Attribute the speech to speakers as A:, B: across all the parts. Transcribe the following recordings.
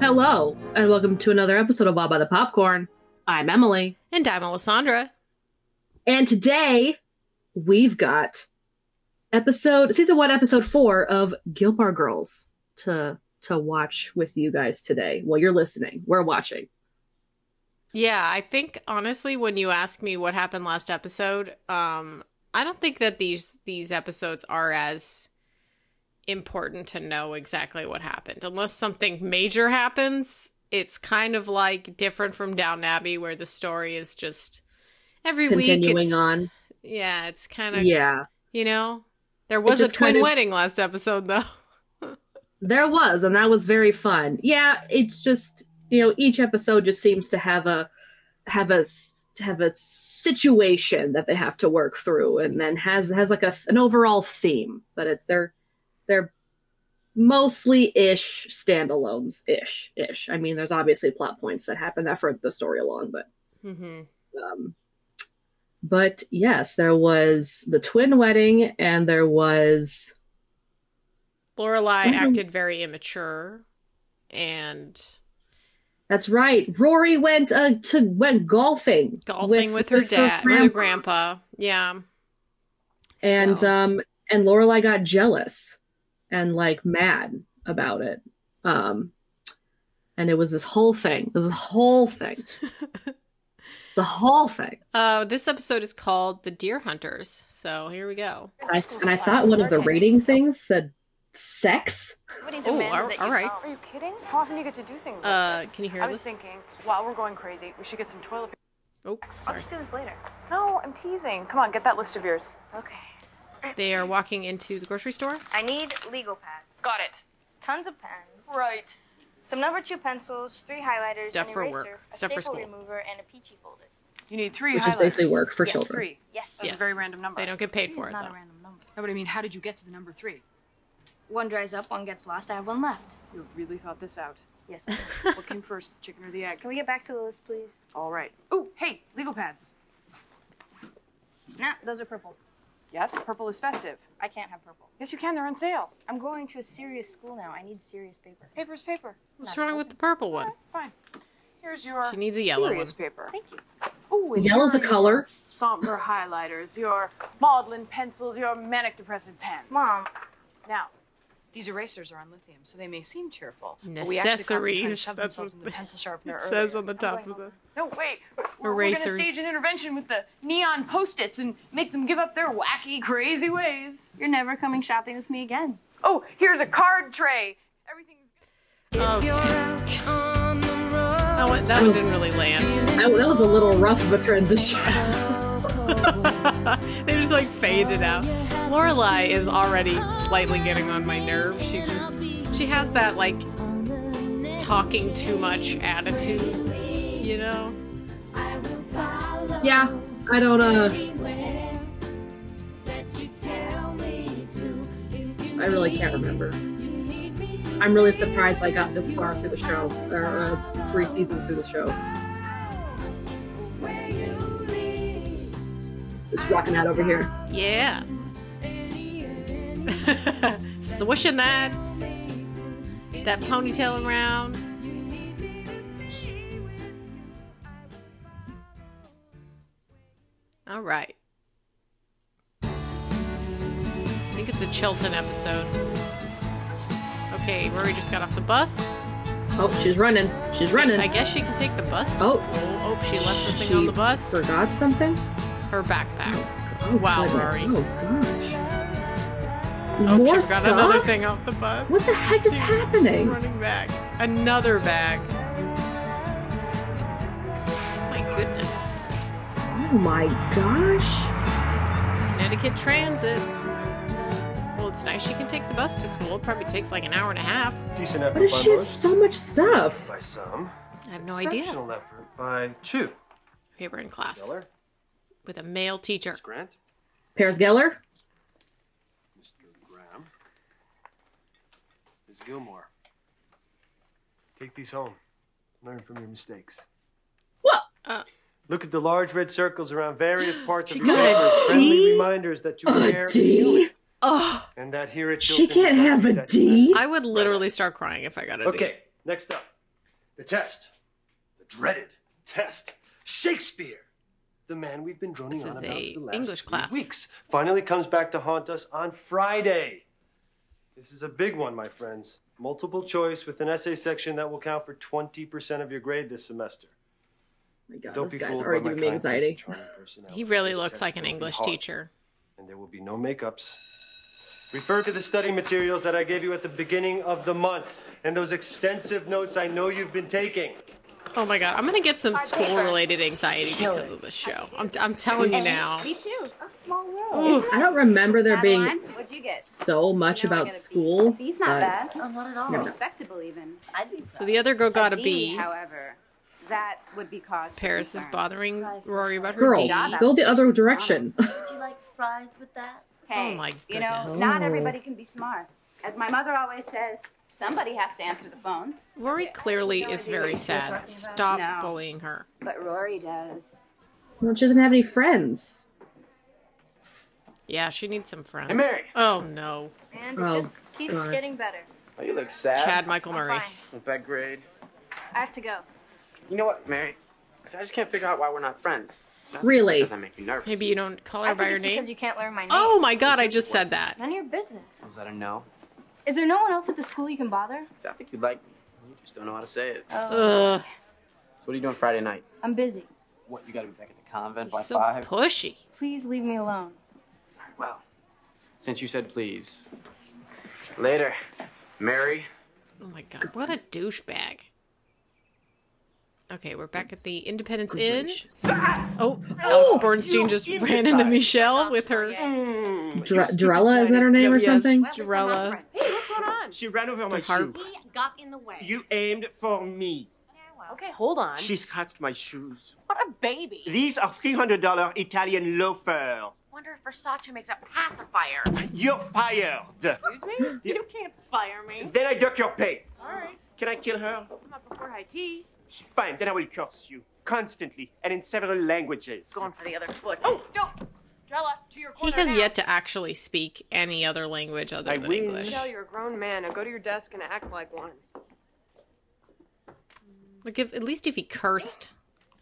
A: Hello, and welcome to another episode of Wild by the Popcorn. I'm Emily.
B: And I'm Alessandra.
A: And today we've got episode season one, episode four of Gilmore Girls to to watch with you guys today. Well, you're listening. We're watching.
B: Yeah, I think honestly, when you asked me what happened last episode, um, I don't think that these these episodes are as important to know exactly what happened, unless something major happens. It's kind of like different from Down Abbey, where the story is just every week.
A: Continuing
B: it's-
A: on.
B: Yeah, it's kind of
A: Yeah.
B: You know, there was a
A: just kind of-
B: twin wedding last episode, though.
A: There was, and that was very fun. Yeah, it's just you know each episode just seems to have a have a s- have a situation that they have to work through, and then has has like a an overall theme. But it, they're they're mostly ish standalones ish ish. I mean, there's obviously plot points that happen that further the story along, but
B: hmm
A: um, but yes, there was the twin wedding, and there was
B: Lorelai
A: Mhm.
B: acted very immature, and
A: That's right. Rory went uh, to went golfing,
B: golfing with, her dad, with her grandpa. Yeah.
A: and
B: So,
A: um and Lorelai got jealous and like mad about it. Um, and it was this whole thing. It was a whole thing. it's a whole thing.
B: uh, this episode is called The Deer Hunters. So here we go.
A: And I, and I thought one of the rating things said sex.
B: Oh, all- all right.
C: Are you kidding? How often do you get to do things like
B: Uh,
C: this?
B: can you hear
C: I was
B: this?
C: thinking, while we're going crazy, we should get some toilet paper.
B: Oh,
C: I'll
B: sorry.
C: just do this later. No, I'm teasing. Come on, get that list of yours. Okay.
B: They are walking into the grocery store.
D: I need legal pads.
C: Got it.
D: Tons of pens.
C: Right.
D: Some number two pencils, three highlighters,
B: Stuff
D: an
B: for
D: eraser,
B: work.
D: a
B: Stuff for
D: staple
B: school.
D: remover, and a peachy folder.
C: You need three
A: Which is
C: highlighters.
A: basically work for
C: Yes,
A: children.
C: Three.
D: Yes.
C: That's
B: Yes.
C: a very random number.
B: They don't get paid for it,
D: not a
B: though.
D: random number.
C: No, but I mean, how did you get to the number three?
D: One dries up, one gets lost. I have one left.
C: You really thought this out.
D: Yes. I did.
C: What came first, chicken or the egg?
D: Can we get back to the list, please?
C: All right. Oh, hey, legal pads.
D: Nah, those are purple.
C: Yes, purple is festive.
D: I can't have purple.
C: Yes, you can. They're on sale.
D: I'm going to a serious school now. I need serious paper.
C: Paper's paper.
B: What's wrong with the purple one?
C: Fine. Here's your.
B: She needs a yellow
C: serious paper.
D: Thank you.
C: Oh,
A: Yellow's a color.
C: somber highlighters, your maudlin pencils, your manic depressive pens.
D: Mom,
C: Now, these erasers are on lithium, so they may seem cheerful.
B: Necessaries.
C: But we actually caught them trying to shove
B: That's
C: themselves
B: what
C: in the pencil sharpener
B: It
C: earlier.
B: says on the top of the.
C: No, wait. We're, We're
B: Erasers.
C: going to stage an intervention with the neon post-its and make them give up their wacky, crazy ways.
D: you're never coming shopping with me again.
C: Oh, here's a card tray. Everything's
B: Oh, oh what-
A: Oh.
B: that one didn't really land.
A: That, that was a little rough of a transition.
B: they just like faded out. Lorelai is already slightly getting on my nerves. She just she has that like talking too much attitude, you know.
A: yeah, I don't uh.
E: "Oh,
A: I really can't remember. I'm really surprised I got this far through the show, or uh, three seasons through the show. Just rocking out over here.
B: Yeah. Swishing that that ponytail around. All right. I think it's a Chilton episode. Okay, Rory just got off the bus.
A: Oh, she's running. She's running.
B: I guess she can take the bus. To
A: Oh.
B: school. oh, she left something
A: She
B: on the bus.
A: Forgot something?
B: Her backpack.
A: Oh,
B: Wow,
A: goodness.
B: Rory.
A: Oh, gosh.
B: Oh,
A: More
B: she forgot
A: stuff?
B: another thing off the bus.
A: What the heck is
B: She-
A: happening?
B: Running back. Another bag. My goodness.
A: Oh, my gosh.
B: Connecticut Transit. Well, it's nice she can take the bus to school. It probably takes like an hour and a half.
F: Decent effort
A: What does
F: by
A: she have
F: most.
A: so much stuff?
F: By some.
B: I have no idea.
F: Exceptional effort by two.
B: Okay, we're in class
F: Geller,
B: with a male teacher.
F: Miss Grant,
A: Paris Geller?
F: Mr. Graham, Miss Gilmore. Take these home. Learn from your mistakes.
A: What?
B: Uh,
F: Look at the large red circles around various parts of
B: She
F: your
B: got a
F: paper as
A: D?
F: friendly reminders that you care
A: A D?
B: Oh,
F: and that here it
A: She can't have a D.
B: I would literally start crying if I got a D.
F: Okay, next up. The test. The dreaded test. Shakespeare. The man we've been droning
B: This
F: on
B: is
F: about
B: a
F: for the last
B: English
F: three
B: class.
F: weeks finally comes back to haunt us on Friday. This is a big one, my friends. Multiple choice with an essay section that will count for 20% of your grade this semester.
A: my god,
F: Don't
A: this
F: be
A: guy's
F: fooled by
A: already
F: my
A: giving me
F: kindness and
A: anxiety.
F: charming personality.
B: He really
F: This
B: looks
F: test
B: like an
F: will be
B: English
F: hard
B: teacher.
F: and there will be no makeups. Refer to the study materials that I gave you at the beginning of the month and those extensive notes I know you've been taking.
B: Oh my god, I'm gonna get some school related anxiety because of this show. I'm, I'm telling you now.
G: Me too. A small world.
B: Ooh,
A: I don't remember there being
G: Madeline, what'd you get?
A: so much
G: You know I
A: about
G: got a B.
A: school.
G: A B's not
A: but-
G: bad.
E: Oh, not at all.
A: No.
G: Respectable even. I'd be
B: so the other girl got a
G: D,
B: B.
G: However, that would be cause. for
B: Paris is
G: concern.
B: bothering Rory about her
A: Girls,
B: D.
G: Job
A: go the other
G: applications,
A: direction.
E: Would you like fries with that?
G: Hey,
B: Oh my
G: you know,
B: goodness.
G: not
A: Oh.
G: everybody can be smart. As my mother always says, somebody has to answer the phones.
B: Rory clearly is very sad. Stop
G: No.
B: bullying her.
G: But Rory does.
A: Well, she doesn't have any friends.
B: Yeah, she needs some friends.
H: Hey, Mary.
B: Oh no.
E: And
A: Oh,
E: it just keeps
A: God.
E: getting better.
H: Oh, you look sad.
B: Chad Michael Murray.
E: Fine.
H: With that grade.
G: I have to go.
H: You know what, Mary? So I just can't figure out why we're not friends. So
A: Really?
H: Does that make you nervous?
B: Maybe you don't call her
E: I
B: by
E: think
B: her
E: it's
B: name.
E: because you can't learn my name.
B: Oh my god, I just said that.
E: None of your business.
H: Was that a no?
G: Is there no one else at the school you can bother?
H: So I think you like me. You just don't know how to say
E: Oh,
H: it.
B: Ugh,
H: So what are you doing Friday night?
G: I'm busy.
H: What? You got to be back at the convent by
B: he's so
H: five.
B: pushy.
G: Please leave me alone.
H: well, since you said please. Later, Mary.
B: Oh my god, what a douchebag. Okay, we're back at the Independence Inn. Oh, Alex Bornstein just ran into Michelle with her. Mm,
H: Mm.
A: Dre- Drella, is that her name or something?
B: Jarella.
I: Hey, what's going on? She ran over my
B: harp.
I: shoe.
E: got in the way.
I: You aimed for me.
E: Okay.
I: Okay.
C: Hold on.
I: She scratched my shoes.
C: What a baby.
I: These are $300 Italian loafers.
E: Wonder if Versace makes a pacifier.
I: You're fired.
C: Excuse me?
I: Yeah.
C: You can't fire me.
I: Then I duck your pay.
C: All right.
I: Can I kill her?
C: I'm up before high tea.
I: Fine, then I will curse you. Constantly and in several languages.
E: Going for the other foot.
C: Oh, don't. Drella, to your
B: He
C: corner
B: has
C: now.
B: yet to actually speak any other language other
H: I
B: than
H: wish.
B: English.
C: Michelle, you're a grown man. Now go to your desk and act like one.
B: Like if at least if he cursed,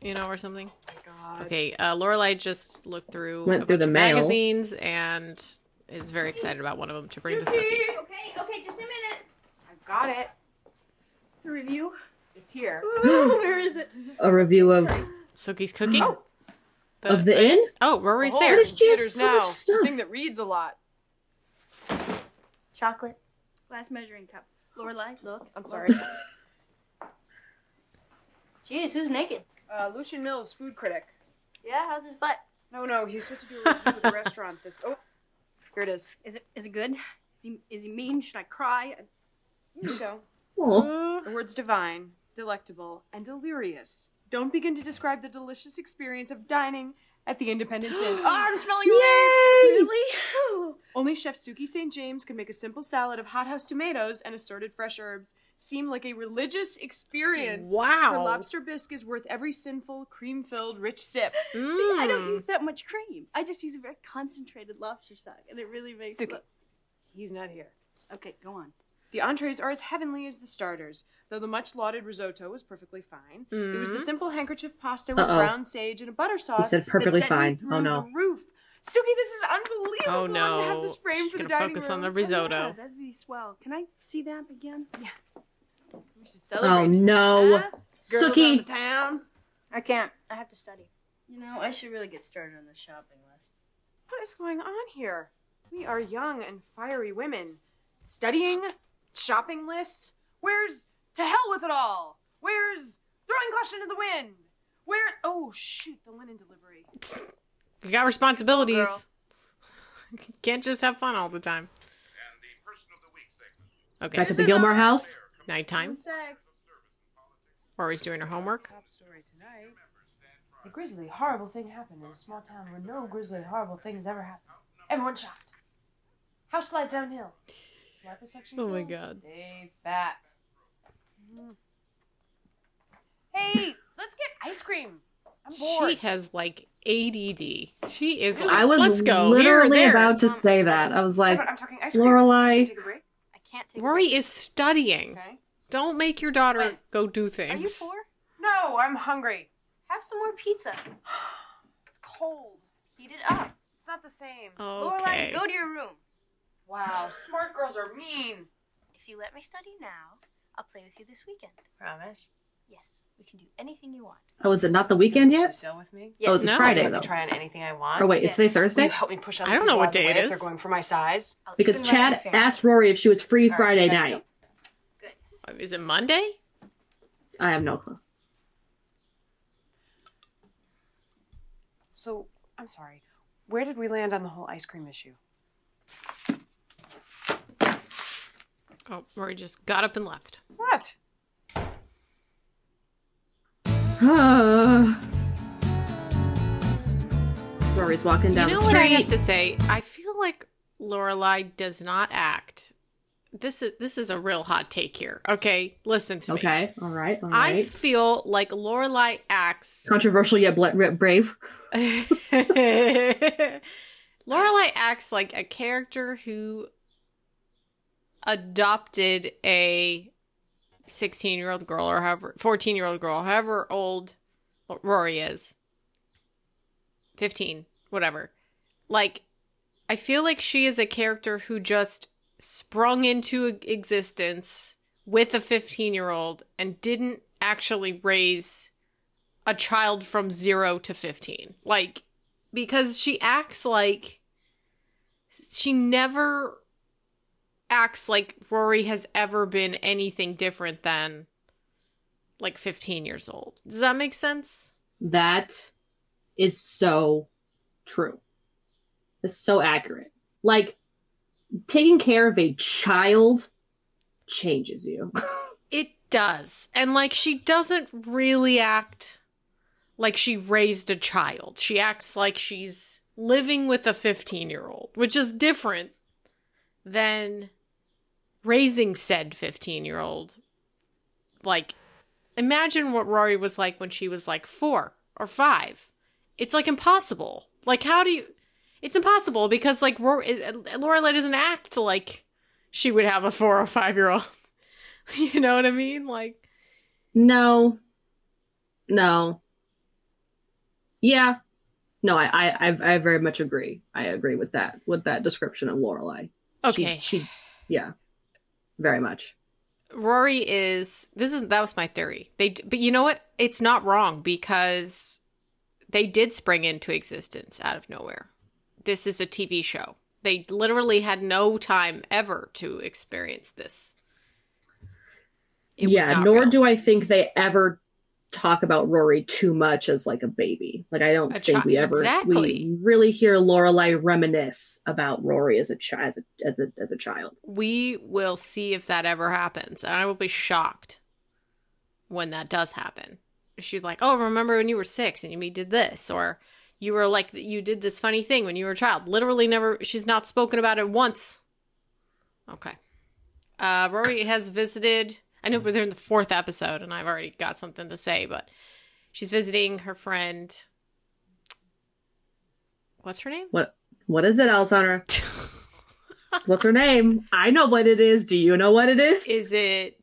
B: you know, or something.
C: Oh
B: Okay, uh, Lorelai just looked through
A: Went
B: a
A: through
B: bunch
A: the
B: of
A: mail.
B: magazines and is very excited about one of them to bring to Suki.
G: Okay, okay, just a minute.
C: I've got it.
G: The review.
C: It's here.
G: Where is it?
A: A review of Oh.
B: Suki's cooking.
A: of the inn?
B: oh, Rory's
C: Oh,
B: there.
C: there's
A: she have
C: computers
A: so much
C: now.
A: stuff?
C: The thing that reads a lot.
E: Chocolate.
G: Glass measuring cup. Lorelai, look.
C: I'm sorry.
E: Jeez, who's naked?
C: Uh, Lucian Mills, food critic.
E: Yeah, how's his butt?
C: No, no, he's supposed to do a review of the restaurant. This. Oh, here it is.
G: Is it is it good? Is he is he mean? Should I cry?
C: Here you go.
A: Oh,
C: The words divine, delectable, and delirious. Don't begin to describe the delicious experience of dining at the Independence Inn. Oh, I'm smelling Yay! Really? Only Chef Suki St. James could make a simple salad of hothouse tomatoes and assorted fresh herbs seem like a religious experience. Her
B: Wow.
C: lobster bisque is worth every sinful, cream filled, rich sip.
G: See, I don't
B: Mm.
G: use that much cream. I just use a very concentrated lobster stock, and it really makes.
C: Suki.
G: it-
C: He's not here.
G: Okay, go on.
C: The entrees are as heavenly as the starters, though the much lauded risotto was perfectly fine. It was the simple handkerchief pasta with
A: Mm. Uh-oh.
C: brown sage and a butter sauce.
A: said
C: that
A: perfectly
C: sent me
A: fine.
C: through
A: Oh, no.
C: the roof. Suki, this is unbelievable.
B: Oh,
C: I'm gonna have
B: no.
C: this framed
B: She's
C: for the
B: gonna
C: dining
B: focus on the
C: room. Oh, yeah,
B: risotto.
C: that'd be swell. Can I see that again? Yeah. We should
A: oh
C: celebrate.
A: no.
C: Huh? Girls out of
A: Suki.
C: town.
E: I can't. I have to study.
G: You know, I should really get started on the shopping list.
C: What is going on here? We are young and fiery women. Studying? Shopping lists? Where's to hell with it all? Where's throwing caution to the wind? Where? Oh shoot, the linen delivery.
B: We got responsibilities.
C: Oh,
B: Can't just have fun all the time. Okay.
A: Back at the Gilmore House.
B: Nighttime. Rory's doing her homework.
C: Story tonight. A grisly, horrible thing happened in a small town where no grisly, horrible things ever happen. Everyone shocked. House slides downhill. Liposuction
B: Oh my
C: pills.
B: God. Mm-hmm.
C: Stay fat. Mm. Hey, let's get ice cream. I'm bored.
B: She has like ADD. She is like,
A: I was
B: let's go here or
A: literally
B: there.
A: about to say that. I was like,
C: I'm talking ice cream.
A: Lorelai,
C: Take a break.
E: I can't take
B: Rory is studying.
C: Okay.
B: Don't make your daughter go do things.
E: Are you poor?
C: No, I'm hungry.
E: Have some more pizza.
C: It's cold.
E: Heat it up.
C: It's not the same.
E: Lorelai,
B: Okay.
E: go to your room.
C: Wow, smart girls are mean.
E: If you let me study now, I'll play with you this weekend.
C: Promise.
E: Yes, we can do anything you want.
A: oh, is it not the weekend
C: Will you
A: yet?
C: sail with me?
A: Oh, it's
B: No.
A: Friday
C: Let me
A: though.
C: try on anything I want.
A: Or wait, it's today
E: Yes.
C: Will you
A: Thursday?
C: help me push other
B: I don't know
C: people
B: what
C: out of the
B: day it
C: way if
B: is.
C: They're going for my size.
E: I'll
A: Because
E: even ride
A: Chad
E: the ferry.
A: asked Rory if she was free
C: right,
A: Friday
C: back
A: night.
C: up.
B: Is it Monday?
A: I have no clue.
C: So I'm sorry. Where did we land on the whole ice cream issue?
B: Oh, Rory just got up and left.
C: What?
A: Rory's walking down
B: you know
A: the
B: what I have
A: street.
B: to say? I feel like Lorelai does not act. This is this is a real hot take here. Okay, listen to me.
A: Okay, all right, all
B: I
A: right.
B: feel like Lorelai acts.
A: Controversial yet bla- ra- brave.
B: Lorelai acts like a character who adopted a 16 year old girl or however 14 year old girl however old rory is 15 whatever like i feel like she is a character who just sprung into existence with a 15 year old and didn't actually raise a child from 0 to 15 like because she acts like she never acts like Rory has ever been anything different than like 15 years old. Does that make sense?
A: That is so true. It's so accurate. Like taking care of a child changes you.
B: It does. And like she doesn't really act like she raised a child. She acts like she's living with a 15 year old, which is different than raising said 15 year old. Like, imagine what Rory was like when she was like four or five. It's like impossible. Like, how do you. It's impossible because, like, Rory, Lorelai doesn't act like she would have a four or five year old. you know what I mean? Like,
A: No. No. Yeah. No, I, I, I, I very much agree. I agree with that with that description of Lorelai.
B: okay.
A: She, she yeah. Very much.
B: Rory is this is that was my theory. They d- but you know what? It's not wrong because they did spring into existence out of nowhere. This is a TV show. They literally had no time ever to experience this. It was
A: yeah,
B: not
A: nor
B: real.
A: do I think they ever talk about Rory too much as like a baby. Like I don't
B: A
A: think
B: chi-
A: we ever
B: exactly.
A: we really hear Lorelai reminisce about Rory as a child as a, as a as a child.
B: we will see if that ever happens. And I will be shocked when that does happen. She's like, Oh, remember when you were six and we did this? Or you were like, You did this funny thing when you were a child. Literally never, she's not spoken about it once. Okay. Uh, Rory has visited, I know we're in the fourth episode and I've already got something to say, but she's visiting her friend. What's her name?
A: What what is it, Alessandra? What's her name? I know what it is. Do you know what it is?
B: Is it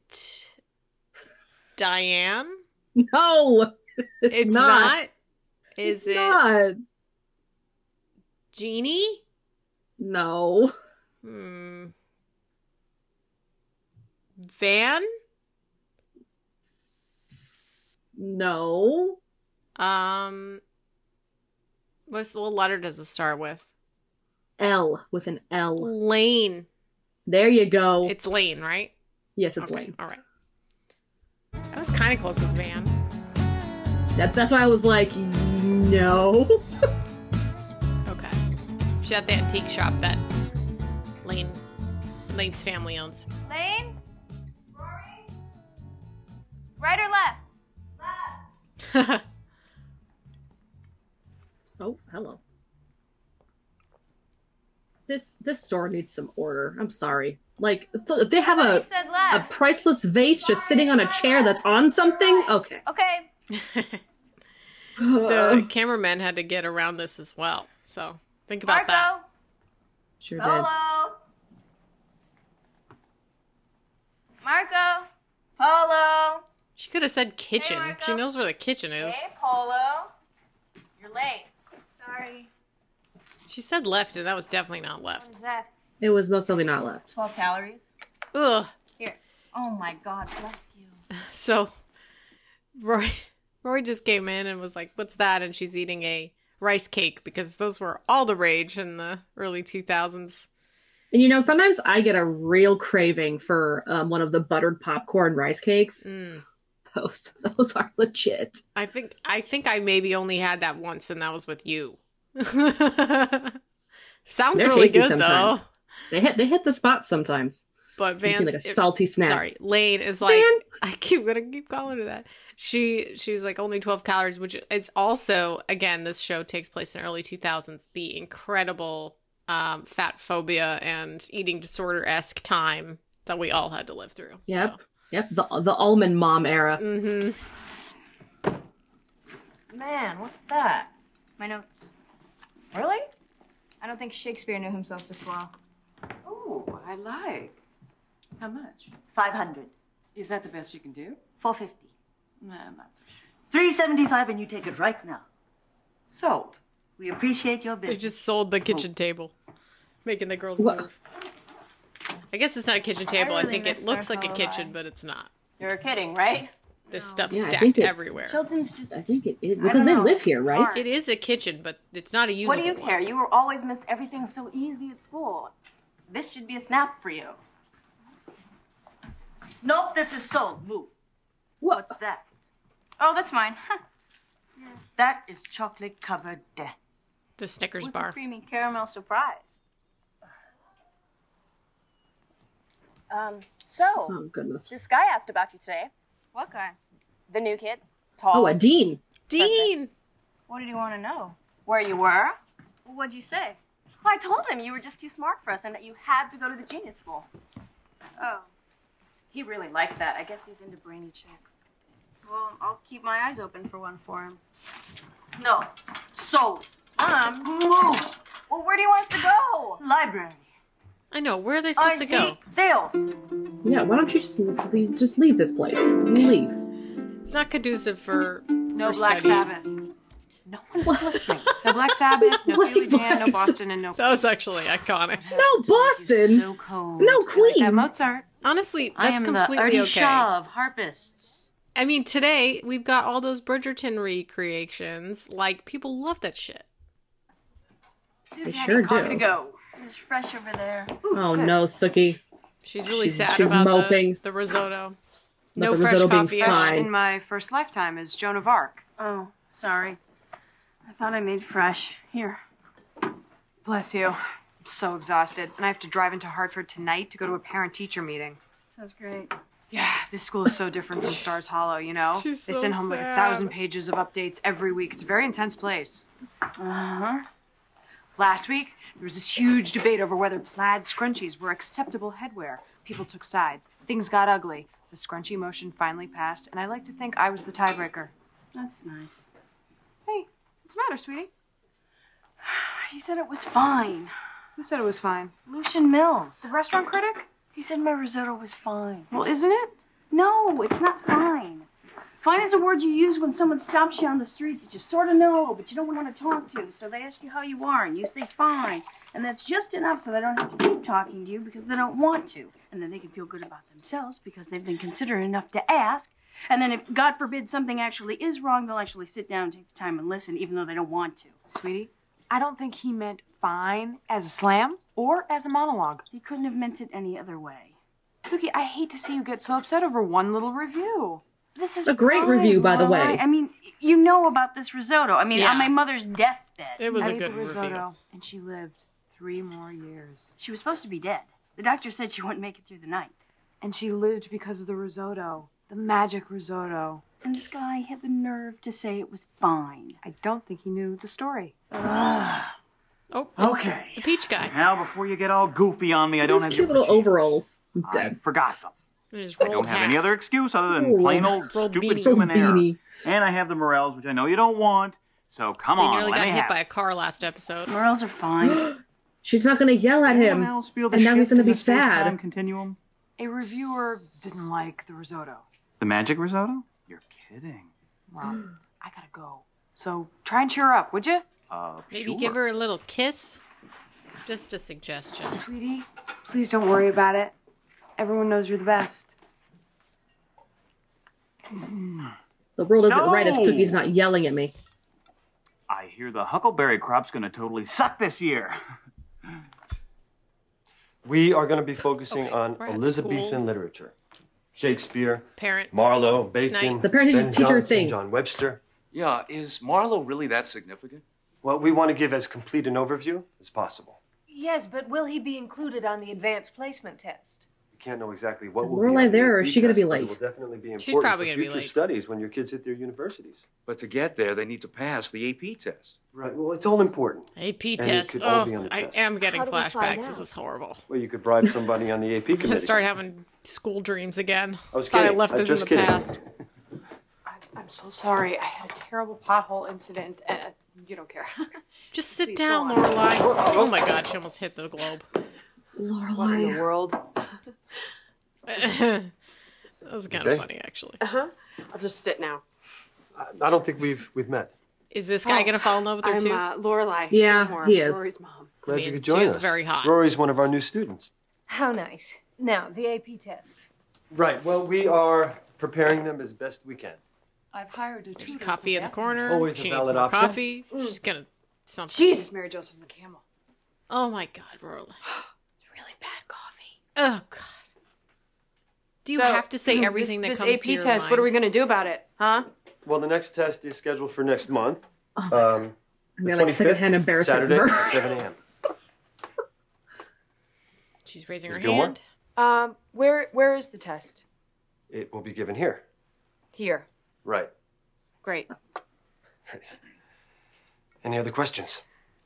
B: Diane?
A: no. It's,
B: It's not.
A: not.
B: Is
A: It's
B: it
A: not.
B: Jeannie?
A: No.
B: Hmm. Van?
A: No.
B: Um. What's what letter does it start with?
A: L with an L.
B: Lane.
A: There you go.
B: It's Lane, right?
A: yes, it's
B: okay.
A: Lane.
B: All right. I was kind of close with Van.
A: That, that's why I was like, no.
B: Okay. She's at the antique shop that Lane Lane's family owns.
G: Lane? Rory? Right or left?
A: Oh, hello. This this store needs some order. I'm sorry. Like th- they have a
G: said
A: a
G: left.
A: priceless vase just sitting on a chair that's on something. Okay.
G: Okay.
B: The cameraman had to get around this as well. So think about that.
G: Marco. Oh.
A: Sure did.
G: Polo. Marco. Polo.
B: She could have said kitchen. she knows where the kitchen is.
G: Hey, Polo. You're late. Sorry.
B: She said left, and that was definitely not left.
G: What is that?
A: It was most certainly not left.
G: 12 calories.
B: Ugh.
G: Here. Oh my God, bless you.
B: So Roy Roy just came in and was like, "What's that?" and she's eating a rice cake because those were all the rage in the early 2000s.
A: And you know, sometimes I get a real craving for um, one of the buttered popcorn rice cakes.
B: Mm.
A: Those those are legit.
B: I think I think I maybe only had that once and that was with you. Sounds
A: They're
B: really
A: tasty
B: good
A: sometimes.
B: though.
A: They hit they hit the spot sometimes.
B: But
A: They
B: Van
A: seem like a
B: it-
A: salty snack.
B: Sorry, Lane is like I keep gonna keep calling her that. She she's like only twelve calories, which is also again this show takes place in early two thousands. The incredible um, fat phobia and eating disorder esque time that we all had to live through.
A: Yep. Yep. The the almond mom era.
B: Mm-hmm.
G: Man, what's that? My notes. Really? I don't think Shakespeare knew himself this well.
J: Oh, I like. How much?
K: 500.
J: Is that the best you can do?
K: 450.
J: Nah, I'm not so sure.
K: 375 and you take it right now.
J: Sold.
K: We appreciate your
B: They
K: business.
B: just sold the kitchen table, making the girls
K: Wha-
B: move. I guess it's not a kitchen
G: I
B: table. I,
G: really
B: think it
G: miss
B: looks
G: their
B: like a
G: hollow
B: kitchen,
G: eye.
B: but it's not.
G: You're kidding, right?
B: There's stuff
A: Yeah, I think
B: stacked
A: it-
B: everywhere.
G: Chilton's just.
A: I think it is
G: I
A: because
G: don't
A: they
G: know.
A: live here, right?
B: It is a kitchen, but it's not a usable
G: What do you
B: one.
G: care? You were always missed everything so easy at school. This should be a snap for you.
K: Nope, this is sold. Move. What's that?
G: Oh, that's mine.
K: That is chocolate covered death.
B: The Snickers
G: Whipped
B: bar.
G: cream and caramel surprise. Um. So.
A: Oh goodness.
G: This guy asked about you today. What guy? The new kid. Tall.
A: Oh, a dean.
B: Dean.
G: What did he want to know? Where you were? Well, what'd you say? Well, I told him you were just too smart for us and that you had to go to the genius school. Oh. He really liked that. I guess he's into brainy chicks. Well, I'll keep my eyes open for one for him.
K: No, sold.
G: Mom.
K: Move.
G: Well, where do you want us to go?
K: Library.
B: I know. Where are they supposed to go?
G: R&D, Sales.
A: Yeah. Why don't you just leave, just leave this place? Leave.
B: It's not conducive for
C: No
B: for
C: Black
B: study.
C: Sabbath. No one is listening. No Black Sabbath, no
A: Just
C: Steely
A: play
C: Dan, no
A: Black
C: Boston, and no.
B: That was actually iconic.
A: No, Boston.
C: So cold.
A: No,
C: I like that
A: Queen.
C: Mozart.
B: Honestly,
C: I
B: that's
C: am the
B: completely
C: Artie
B: okay.
C: Shaw of harpists.
B: I mean, today we've got all those Bridgerton recreations. Like people love that shit.
A: They sure
C: Coffee to
A: do.
C: go.
G: It's fresh over there.
A: Oh no, Suki.
B: She's really
A: She's-
B: sad
A: she's
B: about the-
A: moping.
B: The, risotto.
A: About
B: no
A: the
B: fresh
A: risotto being
B: coffee.
A: fine.
C: Fresh in my first lifetime is Joan of Arc.
G: Oh, sorry. I thought I made fresh. Here.
C: Bless you. I'm so exhausted, and I have to drive into Hartford tonight to go to a parent-teacher meeting.
G: Sounds great.
C: Yeah, this school is so different from Stars Hollow, you know?
B: She's
C: they
B: so
C: send home like a
B: sad.
C: thousand pages of updates every week. It's a very intense place.
G: Uh-huh.
C: Last week, there was this huge debate over whether plaid scrunchies were acceptable headwear. People took sides. Things got ugly. The scrunchie motion finally passed, and I like to think I was the tiebreaker.
G: That's nice.
C: Hey, what's the matter, sweetie?
G: He said it was fine.
C: Who said it was fine?
G: Lucian Mills.
C: The restaurant critic?
G: He said my risotto was fine.
C: Well, isn't it?
G: No, it's not fine. Fine is a word you use when someone stops you on the street that you sort of know, but you don't want to talk to. So they ask you how you are, and you say fine. And that's just enough so they don't have to keep talking to you because they don't want to. And then they can feel good about themselves because they've been considerate enough to ask. And then if, God forbid, something actually is wrong, they'll actually sit down and take the time and listen, even though they don't want to.
C: Sweetie, I don't think he meant fine as a slam or as a monologue.
G: He couldn't have meant it any other way.
C: Suki, I hate to see you get so upset over one little review.
G: This is
A: A great
G: fine,
A: review, by the way.
G: Lorelai. I mean, you know about this risotto. I mean,
A: Yeah.
G: on my mother's deathbed,
B: It was a
G: I ate
B: good
G: the risotto,
B: review.
G: and she lived three more years. She was supposed to be dead. The doctor said she wouldn't make it through the night.
C: And she lived because of the risotto, the magic risotto.
G: And this guy had the nerve to say it was fine.
C: I don't think he knew the story.
B: Oh,
L: Okay.
B: The peach guy.
L: Now, before you get all goofy on me, I don't have your
A: overalls.
L: I forgot them.
B: His
L: I don't have any other excuse other
B: His
L: than
B: little
L: plain
B: rolled-
L: old
B: rolled
L: stupid
B: beanie.
L: human
B: Rolled
L: error.
B: beanie.
L: And I have the morels, which I know you don't want. So come
B: They
L: on,
B: nearly
L: let
B: got
L: me
B: hit
L: have
B: by
L: it.
B: a car last episode.
G: Morels are fine.
A: She's not going to yell at him.
C: Anyone else feel the
A: And now he's
C: shift
A: going to
C: in
A: be
C: the space-time
A: sad.
L: Continuum.
C: A reviewer didn't like the risotto.
L: The magic risotto? You're kidding.
C: Well, I gotta go. So try and cheer her up, would you?
L: Uh,
B: Maybe give her a little kiss. Just a suggestion.
C: Sweetie, please don't worry about it. Everyone knows you're the best.
A: The world isn't right if
L: No.
A: Suki's not yelling at me.
L: I hear the huckleberry crop's going to totally suck this year.
F: We are going to be focusing on
B: we're at
F: Elizabethan
B: school.
F: literature Shakespeare,
B: Parent.
F: Marlowe, Bacon,
B: Night. The parent
F: Ben
B: is a teacher
F: Jonson,
B: thing.
F: John Webster.
M: Yeah, is Marlowe really that significant?
F: Well, we want to give as complete an overview as possible.
N: Yes, but will he be included on the advanced placement test?
F: We can't know exactly what
A: Is
F: will be
A: Lorelai
F: on the
A: there, or is
F: AP
A: she gonna be
F: test, but it
A: late?
F: Will definitely be important
A: She's probably
F: for
A: gonna be
F: future
A: late.
F: studies when your kids hit their universities.
M: But to get there, they need to pass the AP test.
F: Right. Well, it's all important.
B: AP
F: And it
B: test.
F: could all be on
B: Oh,
F: the
B: I
F: test.
B: am getting
F: How do we find
B: flashbacks. This
F: out?
B: is horrible.
F: Well, you could bribe somebody on the AP
B: I'm gonna
F: committee.
B: start having school dreams again.
F: I was
B: Thought I
F: kidding.
B: left
F: I'm
B: this in the
F: just kidding.
B: past.
C: I'm so sorry. I had a terrible pothole incident. Uh, you don't care.
B: Just sit down, Lorelai. Oh my god, she almost hit the globe.
C: Lorelai. What in the world?
B: that was kind
F: Okay.
B: of funny, actually.
C: Uh huh. I'll just sit now.
F: I- I don't think we've we've met.
B: Is this guy
C: Oh,
B: gonna fall in love with her
C: I'm,
B: too?
C: Uh, Lorelai.
F: Yeah,
C: Gilmore,
F: he is.
C: Rory's mom.
F: Glad
B: mean,
F: you could
B: she
F: join
B: is
F: us.
B: very hot.
F: Rory's one of our new students.
N: How nice. Now, the AP test.
F: Right. Well, we are preparing them as best we can.
J: I've hired a tutor.
B: coffee in the corner.
F: Always a
B: she needs
F: valid
B: more
F: option.
B: coffee. She's gonna something.
C: Mm. Jesus, Mary Joseph McCampbell.
B: Oh my god, Rory. it's really bad coffee. Oh god. Do you
C: So, mm-hmm,
B: have to say
C: this-
B: everything that
C: this
B: comes
C: AP
B: to your
C: test? What are we
B: mind?
C: going to do about it, huh?
F: Well, the next test is scheduled for next month. um,
A: I'm
F: the
A: gonna, like,
F: 25th,
A: secondhand embarrassment from
F: Saturday
A: her.
F: at 7 a.m.
B: She's raising
F: Ms.
B: her
F: Gilmore?
B: hand.
C: Um, where where is the test?
F: It will be given here.
C: Here.
F: Right.
C: Great.
F: Any other questions?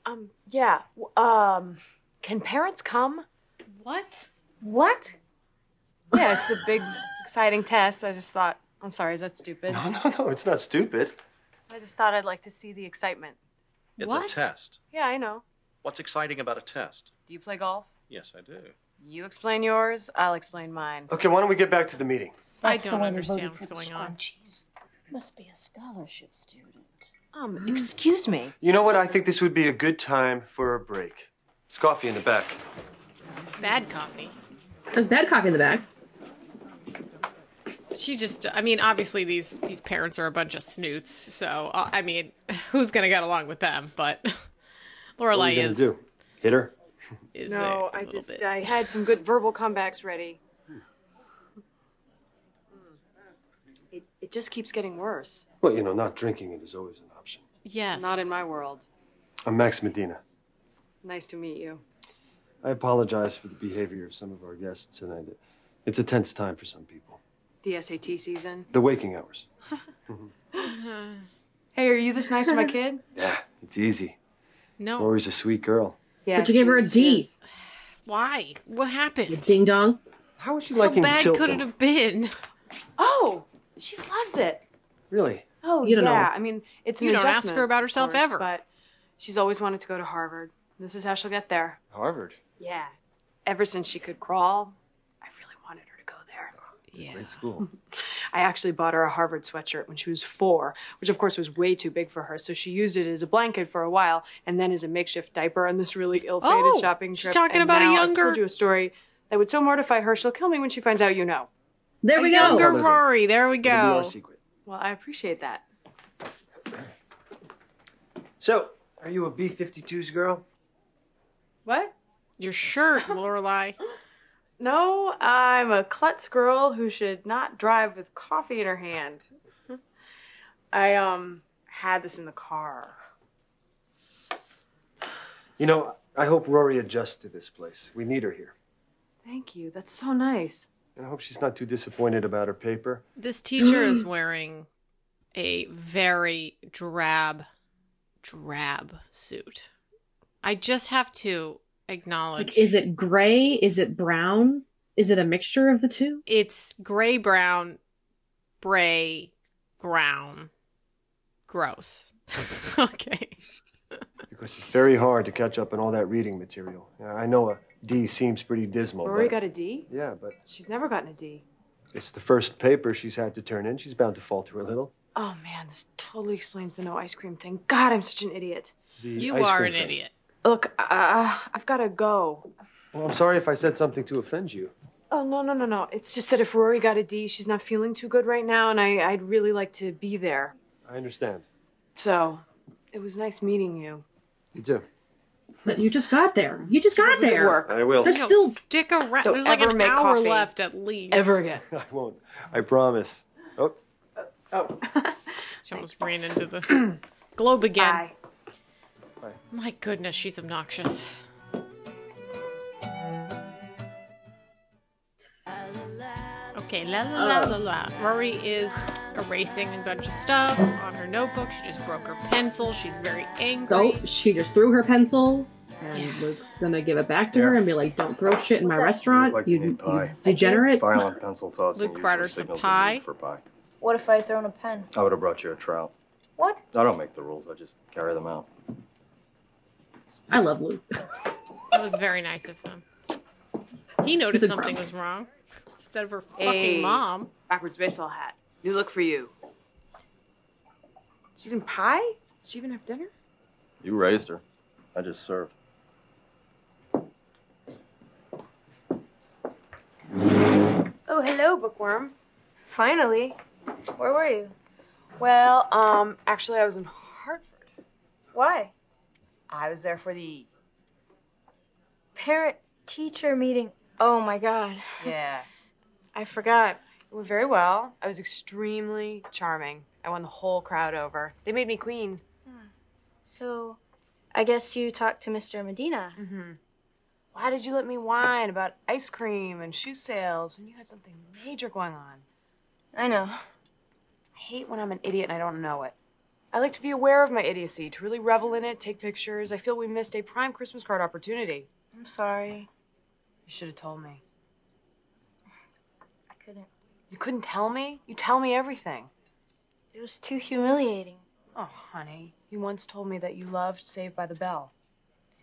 C: Um, yeah. w- Um, can parents come?
B: What?
C: What? Yeah, it's a big, exciting test. I just thought. I'm sorry. Is that stupid?
F: No, no, no. It's not stupid.
C: I just thought I'd like to see the excitement.
I: It's
C: What?
I: a test.
C: Yeah, I know.
I: What's exciting about a test?
C: Do you play golf?
I: Yes, I do.
C: You explain yours. I'll explain mine.
F: Okay. Why don't we get back to the meeting?
B: I don't understand what's going on.
G: Must be a scholarship student. Hmm.
C: Um, excuse me.
F: You know what? I think this would be a good time for a break. It's coffee in the back.
B: Bad coffee.
A: There's bad coffee in the back.
B: She just, I mean, obviously these these parents are a bunch of snoots, so uh, I mean, who's gonna get along with them? But
F: what are
B: Lorelai
F: you
B: is
F: gonna do? Hit her.
B: is
C: no,
B: a, a
C: I
B: little
C: just
B: bit.
C: I had some good verbal comebacks ready. It, it just keeps getting worse.
F: Well, you know, not drinking it is always an option.
B: Yes.
C: Not in my world.
F: I'm Max Medina.
C: Nice to meet you.
F: I apologize for the behavior of some of our guests tonight. It's a tense time for some people.
C: The SAT season.
F: The waking hours.
B: Uh-huh.
C: hey, are you this nice to my kid?
F: Yeah, it's easy.
B: No,
F: Rory's a sweet girl.
C: Yeah,
A: but you gave her a D.
B: why? What happened?
A: Ding dong.
F: How is she
B: How bad could it have been?
C: Oh, she loves it.
F: Really?
C: Oh,
B: You don't
C: yeah.
B: know.
C: I mean, it's an
B: You don't ask
C: adjustment,
B: her about
C: of
B: herself
C: course,
B: ever.
C: But she's always wanted to go to Harvard. This is how she'll get there.
F: Harvard.
C: Yeah. Ever since she could crawl, I really wanted her to go there.
B: Yeah.
F: Great school.
C: I actually bought her a Harvard sweatshirt when she was four, which of course was way too big for her, so she used it as a blanket for a while and then as a makeshift diaper on this really ill fated
B: Oh,
C: shopping
B: she's
C: trip.
B: talking
C: And
B: about a
C: now I've
B: younger-
C: told you a story that would so mortify her she'll kill me when she finds out you know.
A: There
B: A
A: we go.
B: Younger Rory. There we go.
C: Well, I appreciate that.
F: So, are you a B 52s girl?
C: What?
B: Your shirt, Lorelai.
C: No, I'm a klutz girl who should not drive with coffee in her hand. I um had this in the car.
F: You know, I hope Rory adjusts to this place. We need her here.
C: Thank you. That's so nice.
F: And I hope she's not too disappointed about her paper.
B: This teacher is wearing a very drab, drab suit. I just have to acknowledge
A: Like, is it gray? Is it brown? Is it a mixture of the two?
B: it's gray brown, bray, ground, gross. okay.
F: Because it's very hard to catch up on all that reading material. Yeah, I know a D seems pretty dismal.
C: Rory
F: but
C: got a D?
F: Yeah, but
C: She's never gotten a D.
F: it's the first paper she's had to turn in. She's bound to falter a little.
C: Oh man, this totally explains the no ice cream thing. God, I'm such an idiot.
F: The
B: You
F: ice
B: are
F: cream
B: an
F: thing.
B: idiot.
C: Look, uh, I've got to go.
F: Well, I'm sorry if I said something to offend you.
C: Oh no no no no! It's just that if Rory got a D, she's not feeling too good right now, and I, I'd really like to be there.
F: I understand.
C: So, it was nice meeting you.
F: You do.
A: But you just got there. You just got there.
F: I will.
A: But still,
B: stick around.
C: Don't
B: There's like
C: ever
B: an
C: make
B: hour
C: coffee.
B: left at least.
C: Ever again.
F: I won't. I promise. Oh,
C: Oh.
B: She almost ran into the globe again.
F: Bye.
B: My goodness, she's obnoxious. Okay, la la la la la. Rory is erasing a bunch of stuff on her notebook. She just broke her pencil. She's very angry.
A: so she just threw her pencil, and Luke's gonna give it back to her and be like, "Don't throw shit in my restaurant,
O: Like
A: you, you
O: pie.
A: degenerate."
O: Violent pencil tossing.
B: Luke
O: usually
B: brought her some
O: signals a need
B: pie.
O: For pie.
N: What if I had thrown a pen?
O: I would have brought you a trout.
N: What?
O: I don't make the rules. I just carry them out.
A: I love Luke.
B: That was very nice of him. He noticed
A: He's a
B: something
A: grump.
B: was wrong instead of her fucking
C: Hey.
B: mom.
C: Backwards baseball hat. New look for you. She's in pie? Does she even have dinner?
O: You raised her. I just served.
N: Oh, hello, bookworm. Finally. Where were you?
C: Well, um, actually, I was in Hartford.
N: Why?
C: I was there for the.
N: Parent teacher meeting. Oh my god.
C: Yeah. I forgot. It went very well. I was extremely charming. I won the whole crowd over. They made me queen.
N: Hmm. So, I guess you talked to Mr. Medina.
C: Mm-hmm. Why did you let me whine about ice cream and shoe sales when you had something major going on?
N: I know.
C: I hate when I'm an idiot and I don't know it. I like to be aware of my idiocy, to really revel in it, take pictures. I feel we missed a prime Christmas card opportunity.
N: I'm sorry.
C: You should have told me.
N: I couldn't.
C: You couldn't tell me? You tell me everything.
N: It was too humiliating.
C: Oh, honey, you once told me that you loved Saved by the Bell.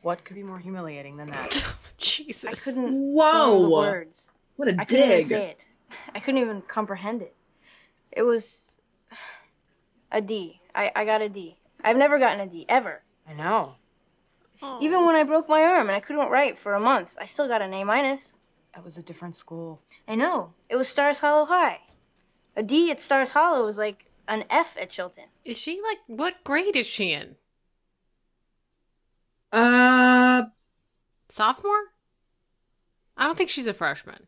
C: What could be more humiliating than that?
B: Jesus.
N: I couldn't.
A: Whoa.
N: form the words.
A: What a
N: I couldn't even
A: dig.
N: say it. I couldn't even comprehend it. It was a D. I, I got a D. I've never gotten a D ever.
C: I know.
B: Oh.
N: Even when I broke my arm and I couldn't write for a month, I still got an A minus.
C: That was a different school.
N: I know. It was Stars Hollow High. A D at Stars Hollow was like an F at Chilton.
B: Is she like what grade is she in?
A: Uh,
B: Sophomore? I don't think she's a freshman.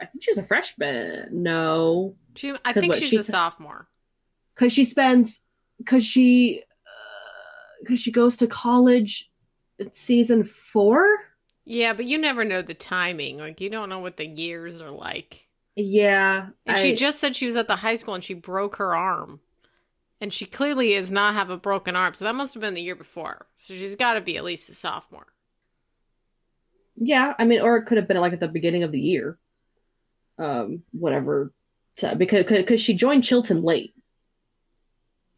A: I think she's a freshman. No,
B: She I
A: 'Cause
B: think
A: what,
B: she's a
A: she's-
B: sophomore.
A: because she spends, because she, because she goes to college, at season four.
B: Yeah, but you never know the timing. Like you don't know what the years are like.
A: Yeah,
B: And she
A: I-
B: just said she was at the high school and she broke her arm. And she clearly is not have a broken arm. So that must have been the year before. So she's got to be at least a sophomore.
A: Yeah, I mean, or it could have been like at the beginning of the year, um, whatever, to, because because she joined Chilton late.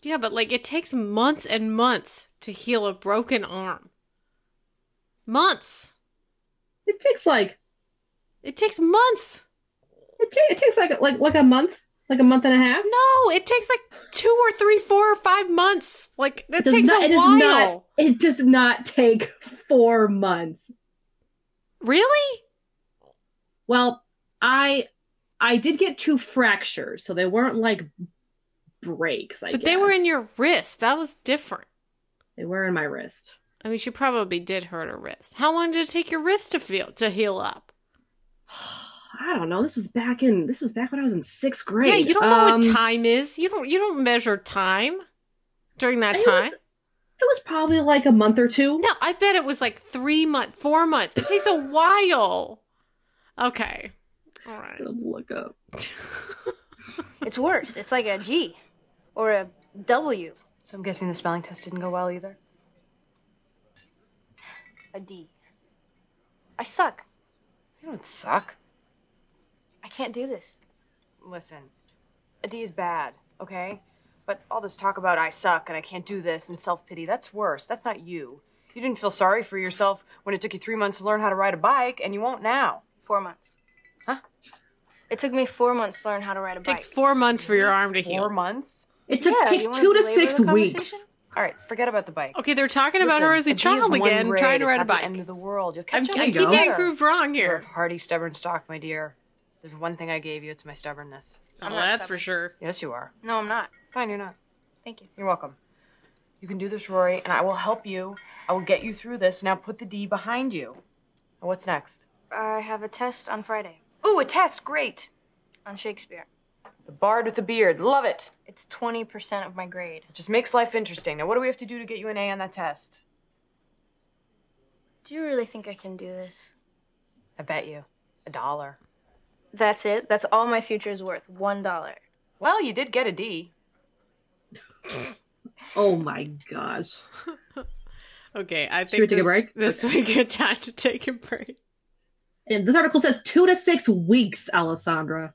B: Yeah, but like it takes months and months to heal a broken arm. Months.
A: It takes like
B: It takes months.
A: it, ta- it takes like like like a month, like a month and a half.
B: No, it takes like two or three, four or five months. Like that
A: does
B: takes
A: not-
B: a
A: it does
B: while.
A: not. It does not take four months.
B: Really?
A: Well, I I did get two fractures, so they weren't like breaks. I
B: but they were in
A: guess.
B: your wrist. That was different.
A: They were in my wrist.
B: I mean, she probably did hurt her wrist. How long did it take your wrist to feel to heal up?
A: I don't know. This was back in this was back when I was in sixth grade.
B: Yeah, you don't know
A: Um,
B: what time is. You don't you don't measure time during that
A: It was-
B: time.
A: It was probably like a month or two.
B: No, I bet it was like three months, four months. It takes a while. Okay. All right.
A: Look up.
C: It's worse. It's like a G or a W. So I'm guessing the spelling test didn't go well either. A D. I suck. I don't suck. I can't do this. Listen, a D is bad, okay? But all this talk about I suck and I can't do this and self pity, that's worse. That's not you. You didn't feel sorry for yourself when it took you three months to learn how to ride a bike, and you won't now. Four months. Huh? It took me four months to learn how to ride a
B: It takes four months for your arm to heal. Four
C: Mm-hmm. months?
A: It took-
C: Yeah,
A: takes
C: you wanna
A: two to
C: belabor
A: six
C: the
A: weeks.
C: conversation? All right, forget about the bike.
B: Okay, they're talking about her as a
C: D is
B: child
C: one
B: again,
C: grade.
B: trying to
C: It's
B: ride a
C: not the
B: bike.
C: End of the world. You'll catch
B: I'm-
C: up.
B: I
C: You
B: keep
C: get
B: getting
C: her.
B: proved wrong
C: You're
B: here.
C: a hardy, stubborn stock, my dear. There's one thing I gave you. It's my stubbornness.
B: Oh, that's for sure.
C: Yes, you are. No, I'm not. Fine, you're not. Thank you. You're welcome. You can do this, Rory, and I will help you. I will get you through this. Now put the D behind you. And what's next? I have a test on Friday. Ooh, a test. Great. On Shakespeare. The bard with the beard. Love it. It's 20% of my grade. It just makes life interesting. Now, what do we have to do to get you an A on that test?
D: Do you really think I can do this?
C: I bet you. A dollar.
D: That's it. That's all my future is worth. One dollar.
C: Well, you did get a D.
A: Oh my gosh.
B: Okay, I think
A: Should we take a
B: this,
A: break?
B: this
A: Okay.
B: would be a good time to take a break.
A: And this article says two to six weeks, Alessandra.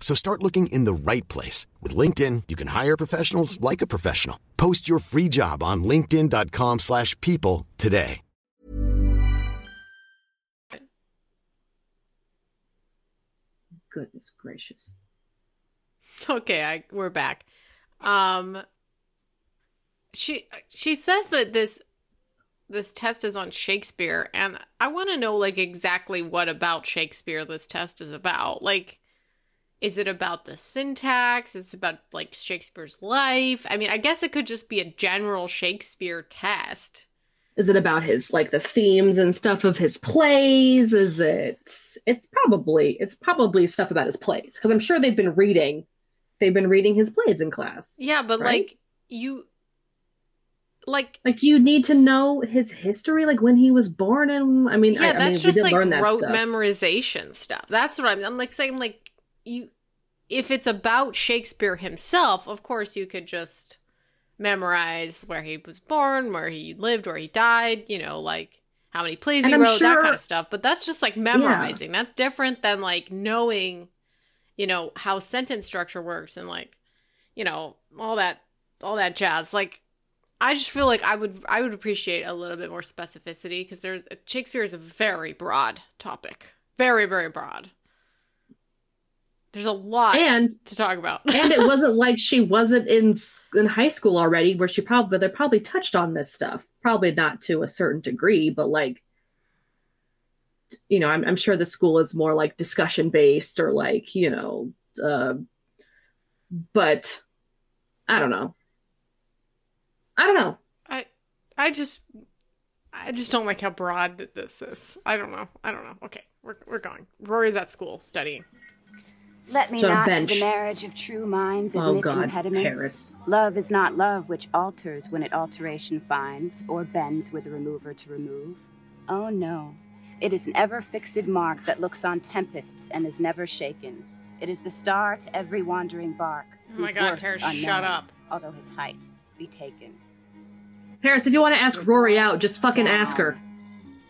P: So start looking in the right place. With LinkedIn, you can hire professionals like a professional. Post your free job on linkedin.com/people slash people today.
A: Goodness gracious.
B: Okay, I we're back. Um she she says that this this test is on Shakespeare and I want to know like exactly what about Shakespeare this test is about. Like is it about the syntax? It's about like Shakespeare's life. I mean, I guess it could just be a general Shakespeare test.
A: Is it about his like the themes and stuff of his plays? Is it it's probably it's probably stuff about his plays. Because I'm sure they've been reading they've been reading his plays in class.
B: Yeah, but
A: Right?
B: like you like
A: Like do you need to know his history? Like when he was born and I mean
B: yeah,
A: I, I
B: that's
A: mean,
B: just
A: we did
B: like
A: learn that
B: rote
A: stuff.
B: memorization stuff. That's what I'm. I'm like saying like you, if it's about Shakespeare himself, of course you could just memorize where he was born, where he lived, where he died. You know, like how many plays
A: And
B: he
A: I'm
B: wrote, that
A: sure-
B: kind of stuff. But that's just like memorizing. That's different than like knowing, you know, how sentence structure works and like, you know, all that all that jazz. Like I just feel like I would I would appreciate a little bit more specificity because there's Shakespeare is a very broad topic, very very broad. There's a lot
A: And-
B: to talk about,
A: and it wasn't like she wasn't in s- in high school already where she probably they probably touched on this stuff probably not to a certain degree but like t- you know i'm, I'm sure the school is more like discussion based or like you know uh, but i don't know i don't know
B: I I just I just don't like how broad that this is. I don't know. I don't know. Okay, we're we're going. Rory's at school studying.
Q: Let me
B: It's on a
Q: not to
B: bench.
Q: the marriage of true minds
B: Oh,
Q: admit
B: God,
Q: impediments.
B: Paris.
Q: Love is not love which alters when it alteration finds, or bends with remover to remove.
G: Oh no. It is an ever fixed mark that looks on tempests and is never shaken. It is the star to every wandering bark.
B: Oh my
G: whose
B: God,
G: worth
B: Paris,
G: unknown,
B: shut up.
G: Although his height be taken.
A: Paris, if you want to ask Rory out, just fucking ask her.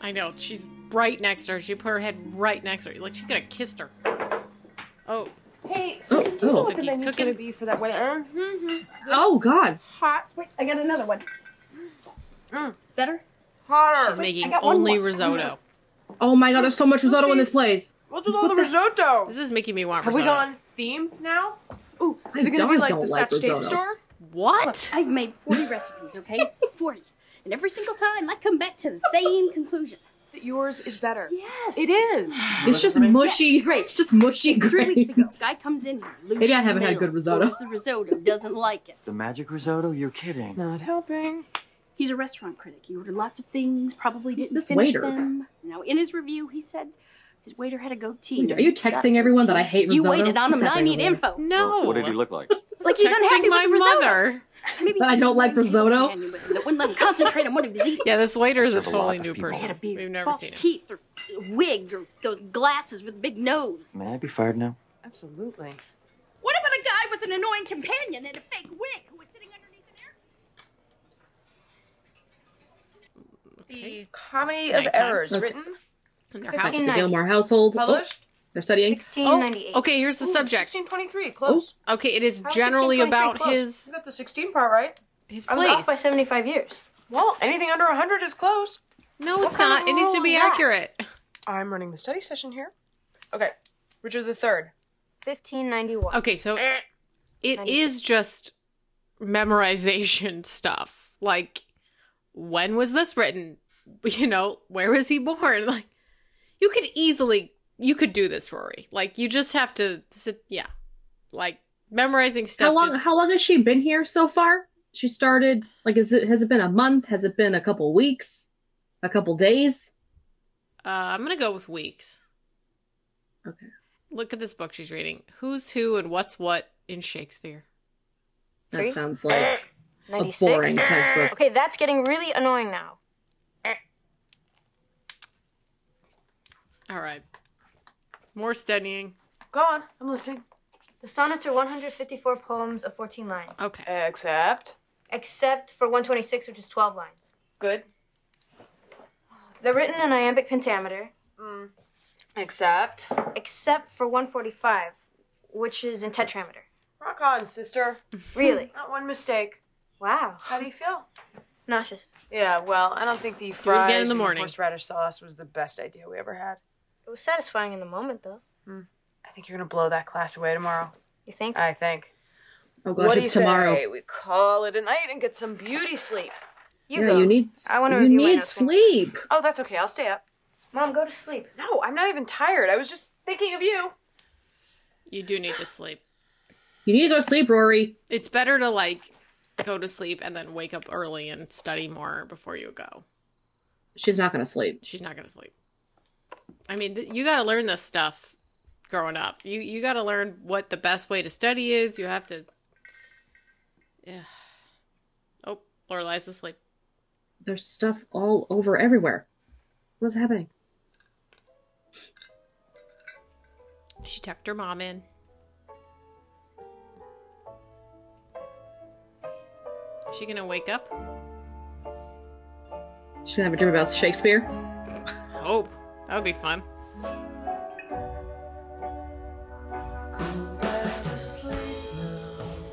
B: I know. She's right next to her. She put her head right next to her. Like, she could have kissed her. Oh.
C: Hey,
B: so
C: so
B: Oh,
C: do you
B: oh.
C: know what the
B: He's
C: menu's
B: cooking.
C: going to be for that wedding? Mhm.
G: Mm-hmm.
A: Oh, God.
C: Hot. Wait, I got another one. Mm, Better?
B: Hotter. She's making only risotto.
A: Oh my god, there's so much risotto in this place.
R: What's with all the risotto?
B: This is making me want
R: Have we
B: risotto.
R: gone theme now? Ooh, is it gonna be
B: don't-
R: like
B: don't
R: the
B: like
R: Scotch tape
B: risotto.
R: store?
B: What?
G: I've
R: made
G: 40 recipes, okay?
C: 40.
G: And every single time I come back to the same conclusion.
C: That yours is better.
G: Yes.
C: It is.
A: It's just mushy. great. It's just mushy
G: Three
A: great.
G: weeks ago, guy comes in here. loose
A: Maybe I haven't had
G: nails,
A: good risotto.
G: orders The risotto doesn't like it.
O: The magic risotto? You're kidding.
C: Not helping.
G: He's a restaurant critic. He ordered lots of things, probably
A: Who's
G: didn't
A: this
G: finish
A: waiter?
G: them. Now, in his review, he said his waiter had a goatee.
A: Wait, are you
G: He's got
A: texting everyone that I
G: goatees.
A: hate
G: You
A: risotto?
G: waited on him,
A: What's
G: and I
A: happening
G: need
A: over
G: info.
B: No.
S: What did he look like?
B: like he's unhappy my mother.
G: Maybe
A: That I don't like risotto?
G: that wouldn't let him concentrate on what he was eating.
B: Yeah, this waiter is a
G: Serve a lot
B: totally
G: of
B: new
G: people. He had
B: person.
G: a beard,
B: We've never
G: false
B: seen it.
G: teeth, or wig, or those glasses with a big nose.
O: May I be fired now?
C: Absolutely.
G: What about a guy with an annoying companion and a fake wig who was sitting underneath?
C: The Comedy of
B: Nighttime.
C: Errors,
A: Okay.
C: written.
B: In their
A: House,
B: house.
A: the Gilmore household. Oh,
C: Published?
A: they're studying.
B: Oh, okay, here's the
C: Ooh,
B: subject.
C: 1623, close.
B: Okay, it is
C: How is
B: generally
C: 1623
B: about
C: close?
B: his
C: You got the 16 part right.
B: his
C: I was off
B: place.
C: by
T: 75 years.
C: Well, anything under 100 is close.
B: No,
C: What
B: it's
C: kind
B: not.
C: of a
B: It needs to
C: rule
B: be
C: is that?
B: accurate.
C: I'm running the study session here. Okay, Richard the Third. Eh.
D: 1591.
B: Okay, so it is just memorization stuff. Like, when was this written? You know, where was he born? Like, you could easily you could do this, Rory. Like, you just have to sit. Yeah, like memorizing stuff.
A: How long?
B: just-
A: How long has she been here so far? She started. Like, is it? Has it been a month? Has it been a couple weeks? A couple days?
B: Uh, I'm gonna go with weeks.
A: Okay.
B: Look at this book she's reading. Who's who and what's what in Shakespeare?
A: That
D: Three?
A: sounds
B: Eh.
A: like. a
D: 96.
A: boring textbook.
D: Okay, that's getting really annoying now.
B: All right. More studying.
C: Go on, I'm listening.
D: The sonnets are 154 poems of 14 lines,
B: Okay.
C: Except
D: except for 126, which is 12 lines.
C: good.
D: They're written in iambic pentameter,
C: Mm. Except
D: except for 145, which is in tetrameter.
C: rock on, sister.
D: Really?
C: Not one mistake.
D: Wow.
C: How do you feel?
D: Nauseous.
C: Yeah, well, I don't think the
B: it again
C: fries
B: in the
C: and
B: morning.
C: horseradish sauce was the best idea we ever had.
D: It was satisfying in the moment, though.
C: I think you're gonna blow that class away tomorrow.
D: You think?
C: I think.
A: Oh gosh,
C: what do you
A: it's tomorrow.
C: say we call it a night and get some beauty sleep?
D: You
A: yeah,
D: go.
A: you need.
D: I want to
A: You
D: review my
A: need
D: notes one-
A: sleep.
C: Oh, that's okay. I'll stay up.
D: Mom, go to sleep.
C: No, I'm not even tired. I was just thinking of you.
B: You do need to sleep.
A: You need to go to sleep, Rory.
B: It's better to like go to sleep and then wake up early and study more before you go.
A: She's not gonna sleep.
B: She's not going to sleep. I mean, th- you got to learn this stuff growing up. You you got to learn what the best way to study is. You have to Yeah. Oh, Lorelai's asleep.
A: There's stuff all over everywhere. What's happening?
B: She tucked her mom in. Is she going to wake up?
A: She's gonna have a dream about Shakespeare.
B: Oh, that would be fun.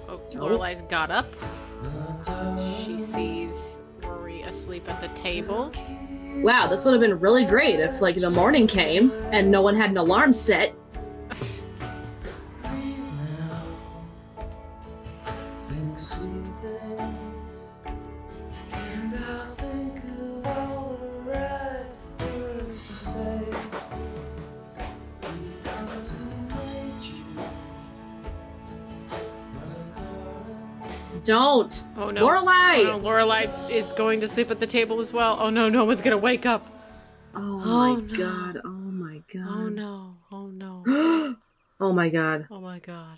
B: Oh, Lorelai's got up. She sees Rory asleep at the table.
A: Wow, this would have been really great if like the morning came and no one had an alarm set. Don't.
B: Oh no,
A: Lorelai.
B: Oh, no, Lorelai is going to sleep at the table as well. Oh no, no one's gonna wake up.
A: Oh my
B: Oh, no.
A: god. Oh my god.
B: Oh no, oh no,
A: Oh my god.
B: oh my god,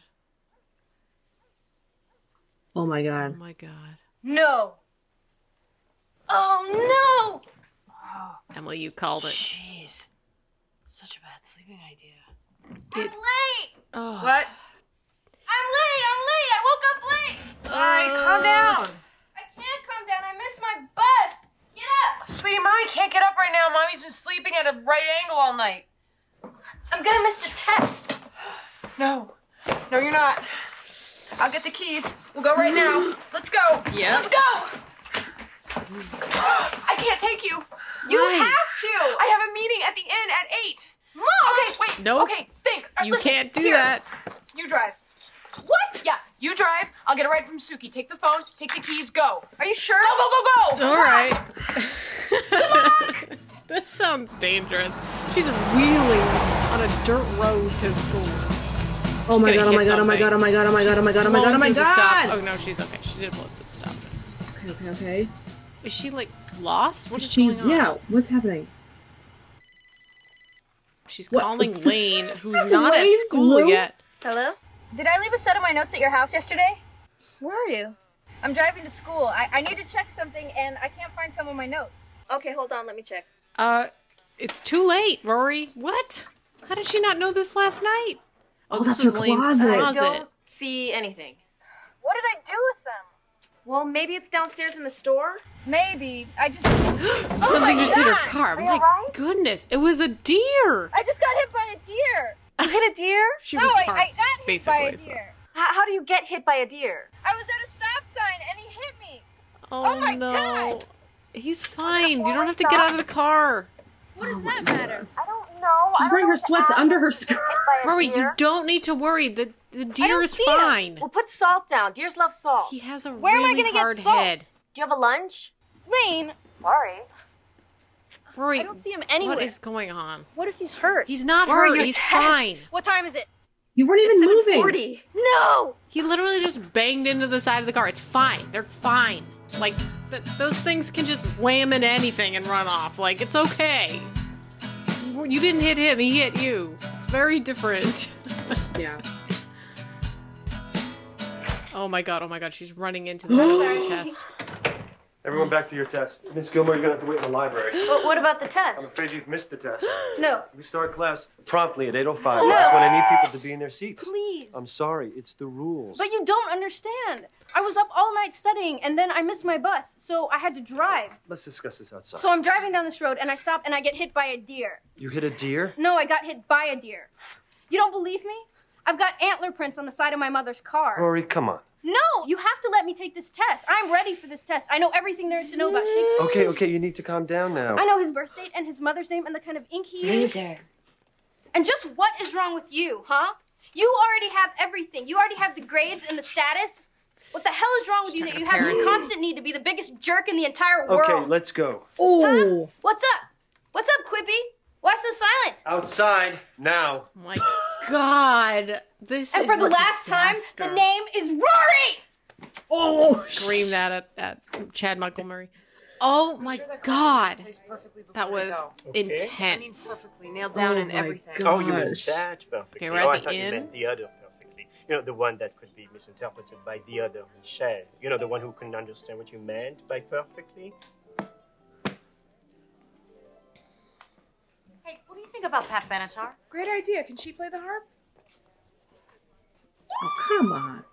A: Oh my
B: oh
A: god.
B: my god.
D: No. Oh no!
B: Emily, you called it.
U: Jeez. Such a bad sleeping idea.
B: It-
G: late.
B: Oh.
U: What?
G: I'm late. I'm late. I woke up late.
U: All right, calm down.
G: I can't come down. I missed my bus. Get up.
U: Sweetie, mommy can't get up right now. Mommy's been sleeping at a right angle all night.
G: I'm gonna miss the test.
U: No. No, you're not. I'll get the keys. We'll go right now. Let's go.
B: Yeah.
U: Let's go.
C: I can't take you.
U: You
B: Why?
U: have
G: to.
C: I have a meeting at the inn at eight.
U: Mom.
C: Okay, wait.
B: Nope.
C: Okay, think. Uh,
B: You
C: listen,
B: can't do
C: here.
B: that.
C: You drive. What? Yeah, you drive. I'll get a ride from Suki. Take the phone. Take the keys. Go.
G: Are you sure?
C: Go, go, go, go.
B: All right. this sounds dangerous. She's wheeling on a dirt road to school.
A: Oh
B: She's
A: my
B: gonna
A: god, oh my
B: hit
A: god, oh my god, oh my god, oh my god, oh my god, oh my
B: Blown
A: god, oh my
B: through the stop.
A: god.
B: Oh no, she's okay. She did blow through the stop.
A: Okay, okay, okay.
B: Is she like lost? What is
A: She,
B: going on?
A: yeah, what's happening?
B: She's
A: What-
B: calling
A: This
B: Lane, who's
A: is
B: not at
A: Lane's
B: school
A: room?
B: yet.
D: Hello? Did I leave a set of my notes at your house yesterday? Where are you? I'm driving to school. I, I need to check something and I can't find some of my notes. Okay, hold on, let me check.
B: Uh, it's too late, Rory. What? How did she not know this last night? Oh,
A: Oh,
B: this
A: that's
B: was
A: her
B: Lane's
A: closet.
B: closet.
A: Don't-
Q: See anything.
D: What did I do with them?
Q: Well, maybe it's downstairs in the store.
D: Maybe. I just. oh my
B: Something just hit
D: God!
B: her car.
D: Are you
B: My
D: alright?
B: goodness, it was a deer.
D: I just got hit by a deer.
Q: You hit a deer?
B: She
D: no,
B: was
D: I,
B: parked,
D: I got hit by a
B: basically. so-
D: deer.
Q: How, how do you get hit by a deer?
D: I was at a stop sign and he hit me.
B: Oh,
D: Oh my
B: no.
D: God!
B: He's fine. You don't have to get out of the car. Oh
D: What does that matter?
Q: I don't know.
A: She's wearing her sweats under her skirt.
B: Rory, you don't need to worry. The the deer is
Q: see 'em.
B: fine.
Q: Well, put salt down. Deers love salt.
B: He has a
D: Where am I
B: really
D: gonna get
B: hard
D: salt?
B: head.
Q: Do you have a lunch?
D: Lane,
Q: Sorry.
B: Rory,
D: I don't see him anywhere.
B: What is going on?
D: What if he's hurt?
B: He's not
D: Rory,
B: hurt.
D: your
B: He's
D: test.
B: fine.
D: What time is it?
A: You weren't even moving.
D: No!
B: He literally just banged into the side of the car. It's fine. They're fine. Like th- those things can just wham into anything and run off. Like it's okay. You- You didn't hit him. He hit you. It's very different.
A: Yeah.
B: Oh my god. Oh my god. She's running into the other test.
F: Everyone back to your test. Miss Gilmore, you're gonna have to wait in the library.
Q: But what about the
F: I'm
Q: test?
F: afraid you've missed the test.
D: No.
F: We start class promptly at 8.05.
D: No.
F: That's when I need people to be in their seats.
D: Please.
F: I'm sorry, it's the rules.
D: But you don't understand. I was up all night studying and then I missed my bus, so I had to drive.
F: Let's discuss this outside.
D: So I'm driving down this road and I stop and I get hit by a deer.
F: you hit a deer?
D: No, I got hit by a deer. You don't believe me? I've got antler prints on the side of my mother's car.
F: Rory, come on.
D: No, you have to let me take this test. I'm ready for this test. I know everything there is to know about Shakespeare.
F: Okay, okay, you need to calm down now.
D: I know his birth date and his mother's name and the kind of ink he used. And just what is wrong with you, huh? You already have everything. You already have the grades and the status. What the hell is wrong with you that you have this constant need to be the biggest jerk in the entire world?
F: Okay, let's go.
A: Oh.
D: What's up? What's up, Quippy? Why so silent?
F: Outside, now.
B: My god. This
D: and
B: is
D: for the
B: a
D: last time,
B: disaster.
D: the name is Rory!
A: Oh.
B: Scream that at, at Chad Michael Murray. Oh my god. That was
V: I mean,
B: intense.
V: perfectly nailed down
A: down Oh
V: in
A: and my everything.
V: everything.
A: God.
I: Oh, you mean
A: Gosh.
I: that perfectly?
B: Okay, we're
I: oh,
B: at
I: I
B: the
I: thought you
B: inn.
I: meant the other perfectly. You know, the one that could be misinterpreted by the other Michelle. You know, the one who couldn't understand what you meant by perfectly.
Q: Hey, what do you think about Pat Benatar?
C: Great idea. Can she play the harp?
A: Oh, come on.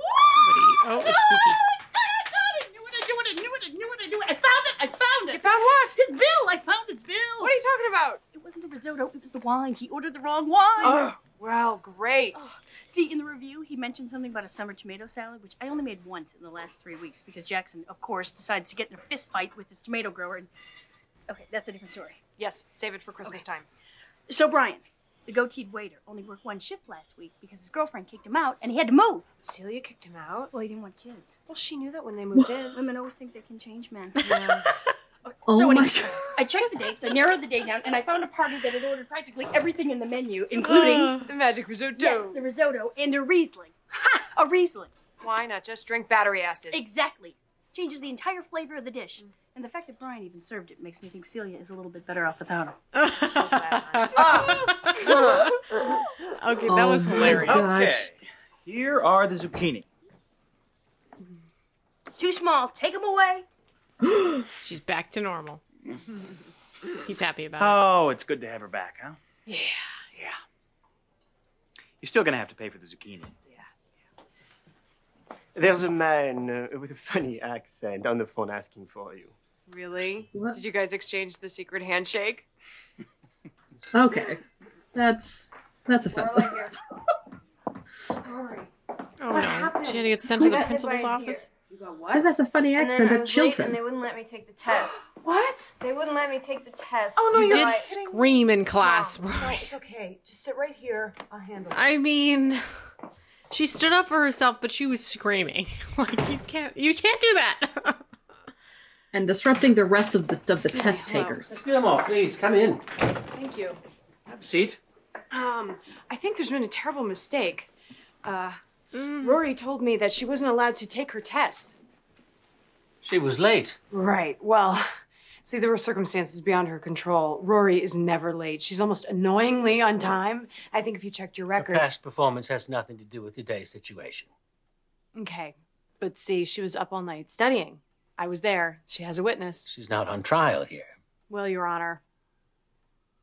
B: Somebody- Oh, it's Suki.
C: I found it. You found what? His bill. I found his bill. What are you talking about?
G: It wasn't the risotto. It was the wine. He ordered the wrong wine.
C: Oh, well, great.
G: See, in the review, he mentioned something about a summer tomato salad, which I only made once in the last three weeks because Jackson, of course, decides to get in a fist fight with his tomato grower. And... Okay, that's a different story.
C: Yes, save it for Christmas time.
G: So, Brian, the goateed waiter, only worked one shift last week because his girlfriend kicked him out and he had to move.
C: Celia kicked him out.
G: Well, he didn't want kids.
C: Well, she knew that when they moved in.
G: Women always think they can change men.
A: Oh
G: so
A: my
G: anyway, I checked the dates, I narrowed the day down, and I found a party that had ordered practically everything in the menu, including
C: Uh, the magic risotto.
G: yes, the risotto and a Riesling. Ha! A Riesling.
C: Why not just drink battery acid?
G: Exactly. Changes the entire flavor of the dish. And the fact that Brian even served it makes me think Celia is a little bit better off without him.
B: Okay, that
A: Oh
B: was
A: my
B: hilarious.
A: gosh.
L: Okay. Here are the zucchini.
G: Too small. Take him away.
B: She's back to normal. He's happy about it.
L: Oh, it's good to have her back, huh?
B: Yeah.
L: You're still gonna have to pay for the zucchini.
W: There's a man uh, with a funny accent on the phone asking for you.
C: Mm, Really? Did you guys exchange the secret handshake?
A: Okay, that's that's offensive.
B: Oh no. She had to get sent
A: We
B: to the
A: got hit
B: principal's
A: by a
B: office.
D: You go,
A: Why that's a funny
D: And then
A: accent
D: I
A: at
D: was late
A: Chilton.
D: And they wouldn't let me take the test.
J: What?
D: They wouldn't let me take the test.
B: Oh, no, you
D: So
B: did
D: I-
B: scream in class.
A: Oh,
J: No, it's okay. Just sit right here. I'll handle it.
B: I mean, she stood up for herself, but she was screaming. Like you can't, you can't do that.
A: and disrupting the rest of the of the test takers.
W: Grandma, please come in.
C: Thank you.
W: Have a seat.
C: Um, I think there's been a terrible mistake. Uh,
B: Mm.
C: Rory told me that she wasn't allowed to take her test.
X: She was late.
C: Right. Well, see, there were circumstances beyond her control. Rory is never late. She's almost annoyingly on time. I think if you checked your records.
X: Past performance has nothing to do with today's situation.
C: Okay. But see, she was up all night studying. I was there. She has a witness.
X: She's not on trial here.
C: Well, Your Honor,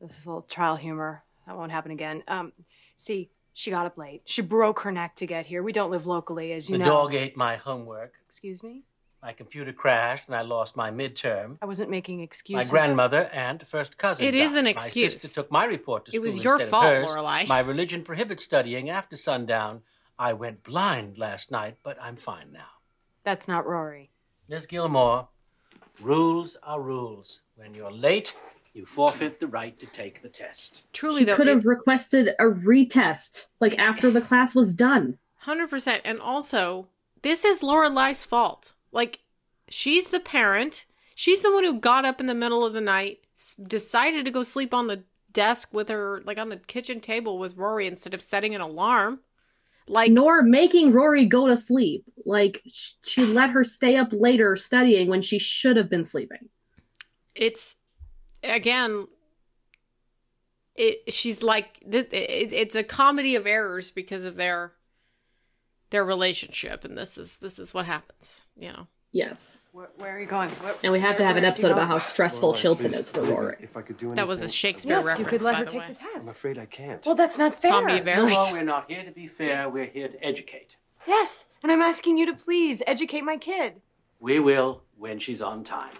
C: this is a little trial humor. That won't happen again. Um, see, she got up late. She broke her neck to get here. We don't live locally, as you
X: the
C: know.
X: dog ate my homework.
C: Excuse me?
X: My computer crashed, and I lost my midterm.
C: I wasn't making
X: My
C: excuses.
X: grandmother and first cousin.
B: It
X: died.
B: is an
X: My
B: excuse.
X: sister took my report to
B: It
X: school
B: was your
X: instead of
B: fault,
X: hers.
B: Lorelei.
X: My religion prohibits studying after sundown. I went blind last night, but I'm fine now.
C: That's not Rory.
X: Miss Gilmore, rules are rules. When you're late, you forfeit the right to take the test.
A: she could have
B: it-
A: requested a retest, like after the class was done.
B: Hundred percent. And also, this is Lorelai's fault. Like, she's the parent. She's the one who got up in the middle of the night, s- decided to go sleep on the desk with her, like on the kitchen table with Rory instead of setting an alarm. Like,
A: nor making Rory go to sleep. Like sh- she let her stay up later studying when she should have been sleeping.
B: it's again it she's like this it, it's a comedy of errors because of their their relationship and this is this is what happens you know
A: Yes.
C: Where, where are you going? Where-
A: And we have to have an
C: where's he
A: episode about
C: going?
A: how stressful
F: Lorelai,
A: Chilton
F: please,
A: is for
F: forgive me
A: Rory.
F: If I could do anything.
B: That was a Shakespeare
C: Yes, you could
B: reference,
C: let
B: by
C: her
B: the
C: take
B: way.
C: the
F: I'm
C: test.
F: afraid I can't.
C: Well, that's not fair.
B: Tommy Avery.
X: No, we're not here to be fair. We're here to educate.
C: Yes, and I'm asking you to please educate my kid.
X: We will when she's on time.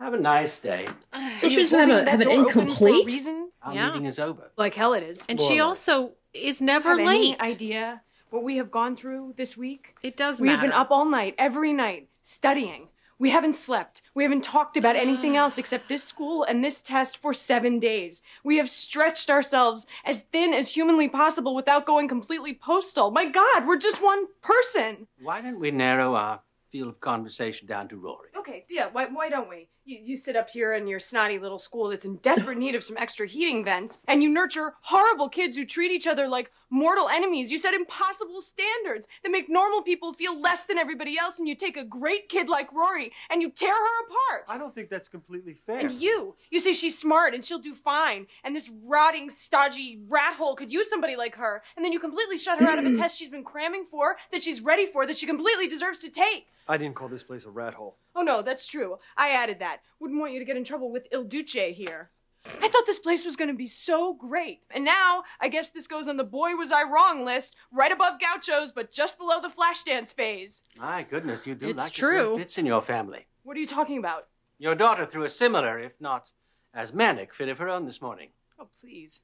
X: Have a nice day.
A: So she's gonna have, a, have an incomplete.
X: Our
B: Yeah.
X: meeting is over.
C: Like hell it is.
B: and she also is never
C: have
B: late
C: any idea what we have gone through this week?
B: It does
C: We've been
B: matter.
C: up all night, every night, studying. We haven't slept. We haven't talked about anything else except this school and this test for seven days. We have stretched ourselves as thin as humanly possible without going completely postal. My God, we're just one person.
X: Why don't we narrow our field of conversation down to Rory?
C: Okay, yeah, why, why don't we? You, you sit up here in your snotty little school that's in desperate need of some extra heating vents, and you nurture horrible kids who treat each other like mortal enemies. You set impossible standards that make normal people feel less than everybody else, and you take a great kid like Rory and you tear her apart.
W: I don't think that's completely fair.
C: And you, you say she's smart and she'll do fine, and this rotting, stodgy rat hole could use somebody like her, and then you completely shut her out of a test she's been cramming for, that she's ready for, that she completely deserves to take.
F: I didn't call this place a rat hole.
C: Oh no, that's true. I added that. Wouldn't want you to get in trouble with Il Duce here. I thought this place was going to be so great. And now, I guess this goes on the boy was I wrong list, right above gauchos, but just below the Flashdance phase.
X: My goodness, you do
C: It's
X: like it when it
C: true.
X: fits in your family.
C: What are you talking about?
X: Your daughter threw a similar, if not as manic, fit of her own this morning.
C: Oh, please.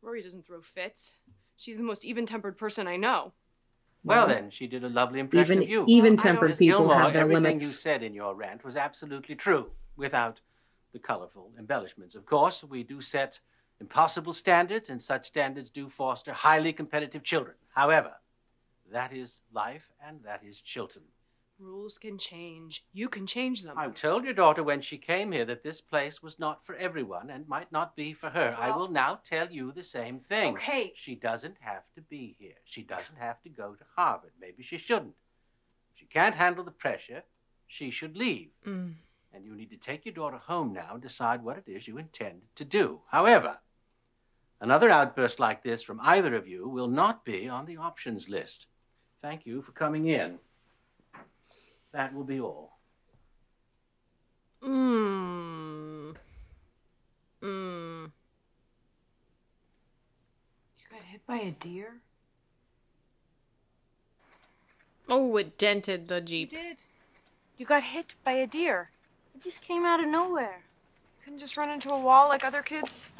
C: Rory doesn't throw fits. She's the most even tempered person I know.
X: Well, then, she did a lovely impression
A: Even-
X: of you.
A: even-tempered
X: I don't- Miss
A: people
X: Gilmore,
A: have their
X: everything you
A: limits.
X: said in your rant was absolutely true, without the colorful embellishments. Of course, we do set impossible standards, and such standards do foster highly competitive children. However, that is life, and that is Chilton.
C: Rules can change. You can change them.
X: I told your daughter when she came here that this place was not for everyone and might not be for her. I will now tell you the same thing.
C: Okay.
X: She doesn't have to be here. She doesn't have to go to Harvard. Maybe she shouldn't. If she can't handle the pressure, she should leave.
B: Mm.
X: And you need to take your daughter home now and decide what it is you intend to do. However, another outburst like this from either of you will not be on the options list. Thank you for coming in. That will be all.
B: Mmm. Mmm.
C: You got hit by a deer?
B: Oh, it dented the Jeep.
C: did. You got hit by a deer.
D: It just came out of nowhere.
C: Couldn't just run into a wall like other kids.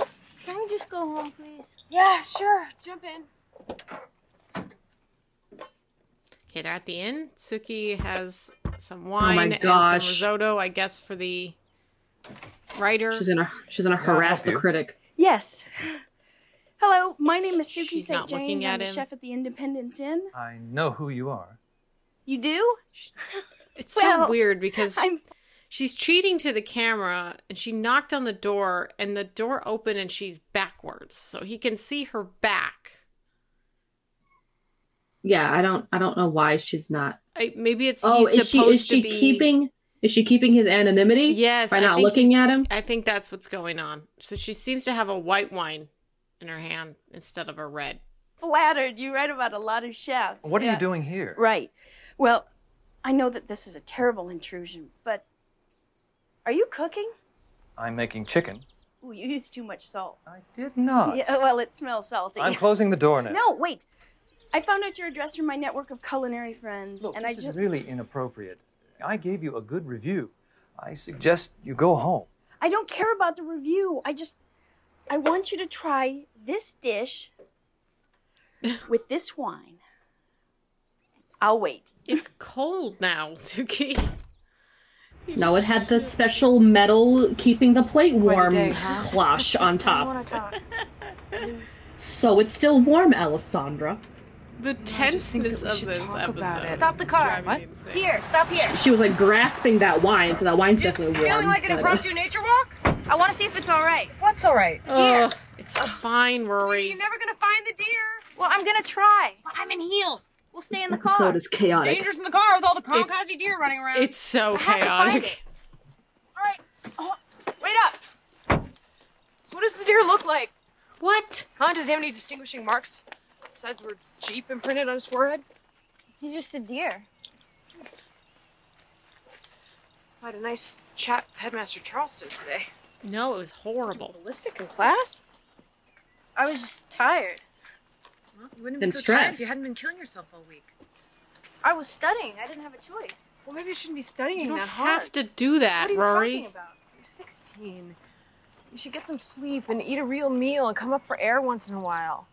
D: Can we just go home, please?
G: Yeah, sure. Jump in.
B: Okay, they're at the inn. Suki has some
A: Oh my
B: wine and some
A: gosh.
B: risotto, I guess, for the writer.
A: She's gonna she's gonna harass the critic.
G: Yes. Hello, my name is Suki
B: She's
G: St.
B: not looking
G: James. I'm
B: at
G: the
B: him.
G: chef at the Independence Inn.
Y: I know who you are.
G: You do?
B: It's so weird because she's cheating to the camera and she knocked on the door and the door opened and she's backwards. So he can see her back.
A: Yeah, I don't I don't know why she's not.
B: I, maybe it's
A: Oh,
B: he's
A: is she is
B: supposed
A: she
B: to be
A: keeping is she keeping his anonymity?
B: Yes,
A: by
B: I
A: not
B: think
A: looking
B: he's-
A: at him.
B: I think that's what's going on. So she seems to have a white wine in her hand instead of a red.
G: Flattered. You write about a lot of chefs.
Y: What are
G: Yeah.
Y: you doing here?
G: Right. Well, I know that this is a terrible intrusion, but are you cooking?
Y: I'm making chicken.
G: Ooh, you used too much salt. I
Y: did not.
G: Yeah, well, it smells salty.
Y: I'm closing the door now.
G: No, wait. I found out your address from my network of culinary friends, and I
Y: This is
G: just
Y: really inappropriate. I gave you a good review. I suggest you go home.
G: I don't care about the review. I just I want you to try this dish with this wine. I'll wait.
B: It's cold now, Suki.
A: No, it had the special metal keeping the plate warm
B: day, huh?
A: cloche on top.
C: talk.
A: So it's still warm, Alessandra.
B: The tenseness of this episode.
C: Stop the car.
B: What?
C: Here, stop here.
A: She was like grasping that wine, so that wine's definitely warm.
C: Feeling like an
A: but-
C: impromptu nature walk?
D: I want to see if it's all right.
C: What's all right?
B: Ugh, it's fine, Rory.
D: Never gonna find the deer. Well, I'm gonna try. But I'm in heels. We'll stay in the car.
A: episode is chaotic.
D: Dangerous in the car with all the
B: It's-
D: kamikaze deer running around.
B: It's so
D: I have to find
B: chaotic.
D: it.
C: Oh,
G: Wait up.
D: So what does the deer look like?
B: What?
G: Huh? Does he have any distinguishing marks besides where Jeep imprinted on his forehead?
D: He's just a deer.
C: I had a nice chat with Headmaster Charleston today.
B: No, it was horrible.
C: Ballistic in class?
D: I was just tired.
C: Well, you wouldn't have
B: Been
C: been so tired
B: stressed.
C: if you hadn't been killing yourself all week.
D: I was studying. I didn't have a choice.
C: Well, maybe you shouldn't be studying
B: You don't
C: that hard.
B: have to do that,
C: what are you
B: Rory.
C: talking about? You're 16. You should get some sleep and eat a real meal and come up for air once in a while.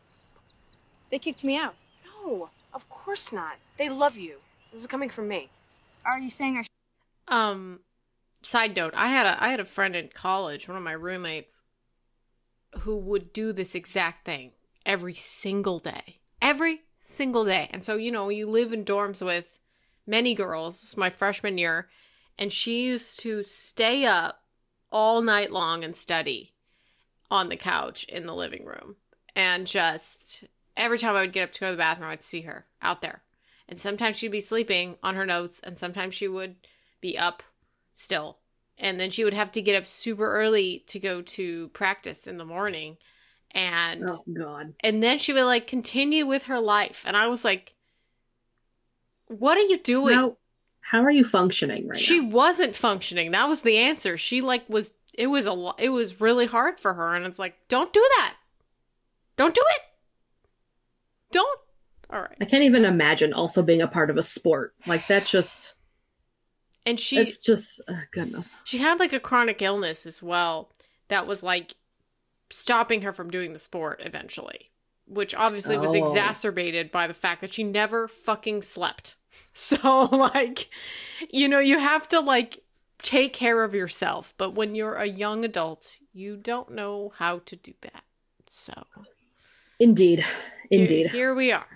D: They kicked me out.
C: No, of course not. They love you. This is coming from me.
D: Are you saying I should?
B: Um, side note: I had a I had a friend in college, one of my roommates, who would do this exact thing every single day, every single day. And so you know, you live in dorms with many girls. This was my freshman year, and she used to stay up all night long and study on the couch in the living room, and just every time I would get up to go to the bathroom, I'd see her out there. And sometimes she'd be sleeping on her notes, and sometimes she would be up still. And then she would have to get up super early to go to practice in the morning. And
A: Oh God.
B: and then she would like continue with her life. And I was like, What are you doing?
A: Now, how are you functioning right
B: she wasn't functioning. That was the answer. She like was it was a lo- it was really hard for her and it's like, don't do that. Don't do it. Don't. All right.
A: I can't even imagine also being a part of a sport like that. Just
B: And she
A: it's just oh, goodness.
B: She had like a chronic illness as well that was like stopping her from doing the sport eventually, which obviously was
A: Oh.
B: exacerbated by the fact that she never fucking slept. So, like, you know, you have to like take care of yourself. But when you're a young adult, you don't know how to do that. So,
A: Indeed,
B: here-
A: indeed.
B: here we are.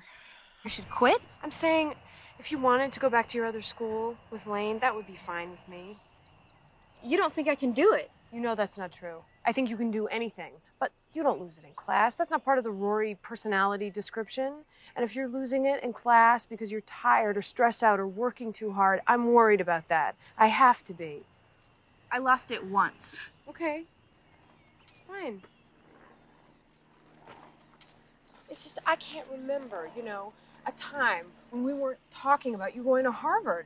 C: You should quit? I'm saying if you wanted to go back to your other school with Lane, that would be fine with me.
D: You don't think I can do it?
C: You know that's not true. I think you can do anything, but you don't lose it in class. That's not part of the Rory personality description. And if you're losing it in class because you're tired or stressed out or working too hard, I'm worried about that. I have to be.
G: I lost it once.
C: Okay. Fine. It's just I can't remember, you know, a time when we weren't talking about you going to Harvard.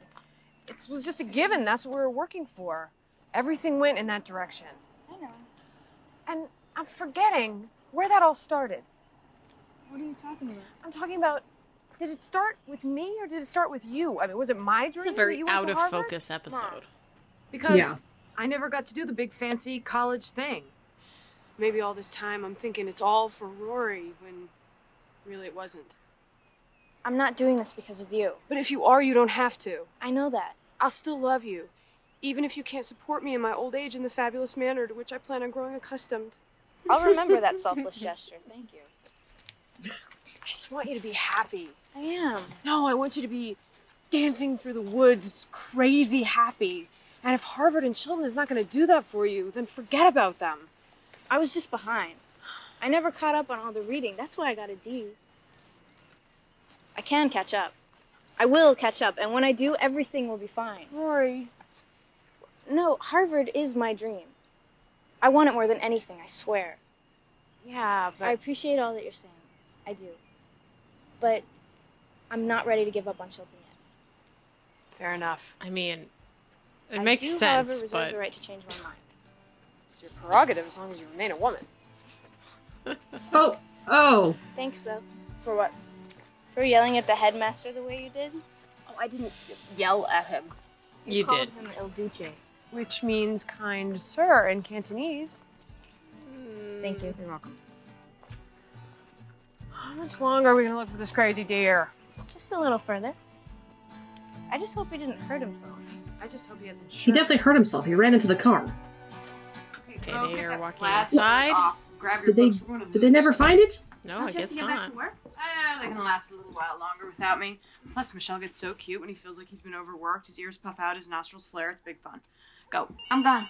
C: It was just a given. That's what we were working for.
M: Everything went in that direction. I know. And I'm forgetting where that all started.
K: What are you talking about?
M: I'm talking about did it start with me or did it start with you? I mean, was it my dream?
B: It's a
M: that
B: very
M: you went
B: out
M: to
B: of
M: Harvard?
B: focus episode.
C: Because
B: Yeah.
C: I never got to do the big fancy college thing. Maybe all this time I'm thinking it's all for Rory when really it wasn't.
E: I'm not doing this because of you.
C: But if you are, you don't have to.
E: I know that.
C: I'll still love you, even if you can't support me in my old age in the fabulous manner to which I plan on growing accustomed.
E: I'll remember that selfless gesture. Thank you.
C: I just want you to be happy.
E: I am.
C: No, I want you to be dancing through the woods, crazy happy. And if Harvard and Chilton is not going to do that for you, then forget about them.
E: I was just behind. I never caught up on all the reading. That's why I got a D. I can catch up. I will catch up, and when I do, everything will be fine.
C: Rory.
E: No, Harvard is my dream. I want it more than anything, I swear.
N: Yeah, but
E: I appreciate all that you're saying. I do. But I'm not ready to give up on Chilton yet.
B: Fair enough. I mean, it
E: I
B: makes
E: do, however,
B: sense,
E: reserve
B: but
E: the right to change my mind.
C: It's your prerogative as long as you remain a woman.
A: Oh, oh.
E: Thanks, though. For what? For yelling at the headmaster the way you did?
G: Oh, I didn't yell at him.
E: You, called him Il Duce.
C: Which means kind sir in Cantonese. Hmm.
E: Thank you. You're welcome.
C: How much longer are we going to look for this crazy deer?
E: Just a little further. I just hope he didn't hurt himself.
C: I just hope he hasn't.
A: He definitely hurt himself. He ran into the car.
B: okay, they are walking
C: plastic
B: outside.
C: off. Grab
A: Did they? Did they never find it?
C: Don't
B: No, I
C: you have to
B: guess
C: get back
B: not.
C: to work? Ah, they can last a little while longer without me. Plus, Michelle gets so cute when he feels like he's been overworked. His ears puff out, his nostrils flare. It's big fun. Go. I'm gone.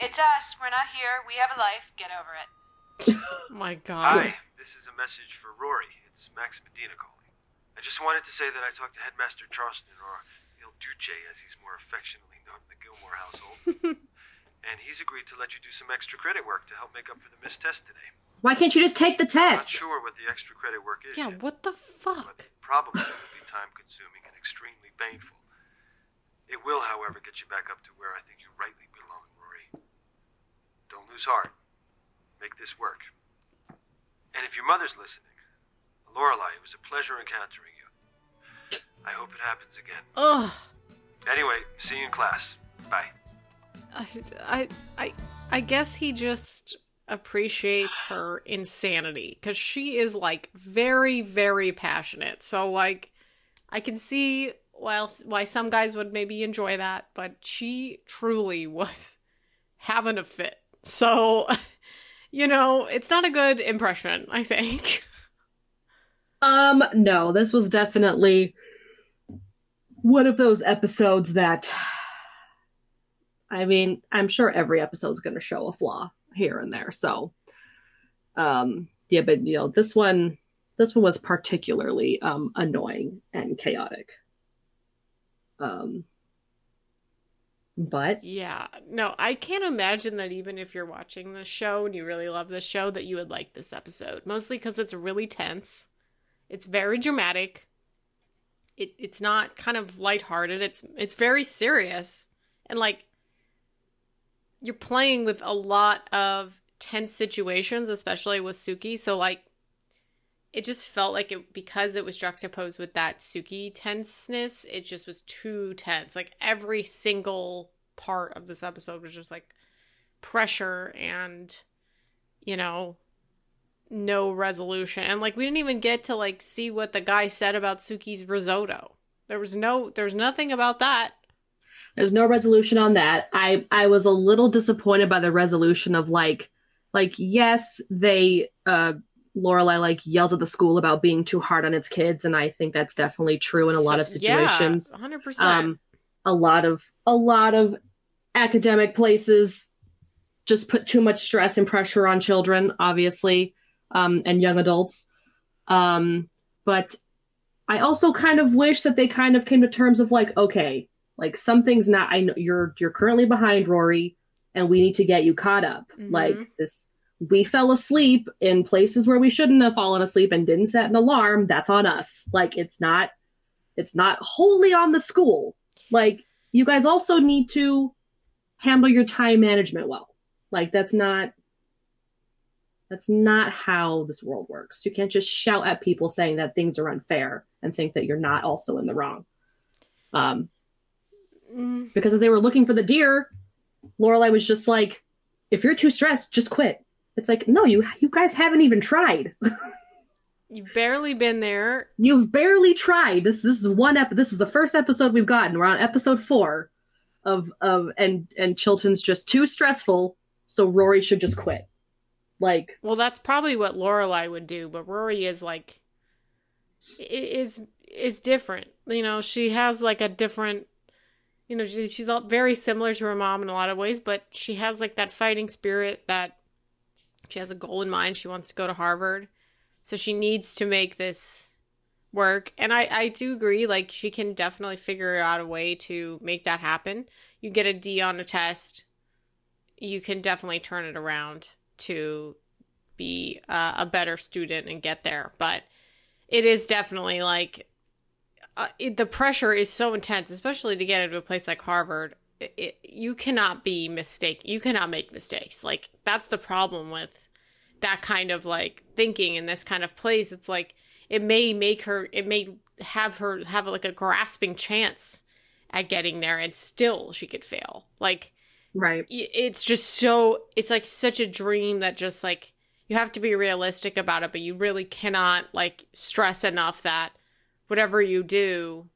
C: It's us. We're not here. We have a life. Get over it.
B: My God.
F: Hi, this is a message for Rory. It's Max Medina calling. I just wanted to say that I talked to Headmaster Charleston, or Il Duce as he's more affectionately known in the Gilmore household. and he's agreed to let you do some extra credit work to help make up for the missed test today.
A: Why can't you just take the
F: Not
A: test?
F: sure what the extra credit work is.
B: Yeah,
F: yet.
B: what the fuck?
F: Probably will be time consuming and extremely painful. It will, however, get you back up to where I think you rightly belong, Rory. Don't lose heart. Make this work. And if your mother's listening, Lorelai, it was a pleasure encountering you. I hope it happens again.
B: Ugh.
F: Anyway, see you in class. Bye.
B: I, I, I, I guess he just appreciates her insanity because she is like very, very passionate. So like, I can see while why some guys would maybe enjoy that, but she truly was having a fit. So, you know, it's not a good impression. I think.
A: Um, no. This was definitely one of those episodes that. I mean, I'm sure every episode's going to show a flaw here and there. So, um, yeah, but you know, this one, this one was particularly um annoying and chaotic. Um, but
B: Yeah. No, I can't imagine that even if you're watching this show and you really love this show, that you would like this episode. Mostly because it's really tense. It's very dramatic. It it's not kind of lighthearted. It's it's very serious. And like you're playing with a lot of tense situations, especially with Suki. So like it just felt like it because it was juxtaposed with that Suki tenseness, it just was too tense. Like every single part of this episode was just like pressure and you know no resolution. And like we didn't even get to like see what the guy said about Suki's risotto. There was no there's nothing about that.
A: There's no resolution on that. I I was a little disappointed by the resolution of like like yes, they uh Lorelai like yells at the school about being too hard on its kids, and I think that's definitely true in a lot of situations. Um,
B: Yeah, 100%.
A: a lot of a lot of academic places just put too much stress and pressure on children, obviously, um, and young adults. Um, but I also kind of wish that they kind of came to terms of like, okay, like something's not. I know you're you're currently behind Rory, and we need to get you caught up. Like
B: Mhm.
A: this, we fell asleep in places where we shouldn't have fallen asleep and didn't set an alarm. That's on us. Like it's not It's not wholly on the school. Like you guys also need to handle your time management well. Like that's not that's not how this world works. You can't just shout at people saying that things are unfair and think that you're not also in the wrong. Um,
B: Mm.
A: Mm-hmm. because as they were looking for the deer, Lorelai was just like, "If you're too stressed, just quit." It's like, no, you you guys haven't even tried.
B: You've barely been there.
A: You've barely tried. This this is one ep. This is the first episode we've gotten. We're on episode four of of and and Chilton's just too stressful, so Rory should just quit. Like
B: Well, that's probably what Lorelai would do, but Rory is like i- is is different. You know, she has like a different. You know, she, she's all very similar to her mom in a lot of ways, but she has like that fighting spirit that she has a goal in mind. She wants to go to Harvard, so she needs to make this work. And I I do agree. Like she can definitely figure out a way to make that happen. You get a D on a test, you can definitely turn it around to be uh, a better student and get there. But it is definitely like uh, it, the pressure is so intense, especially to get into a place like Harvard. It, it- you cannot be mistake. You cannot make mistakes. Like that's the problem with that kind of like thinking in this kind of place. It's like it may make her. It may have her have like a grasping chance at getting there, and still she could fail. Like
A: right.
B: y- it's just so it's like such a dream that just like you have to be realistic about it but you really cannot like stress enough that whatever you do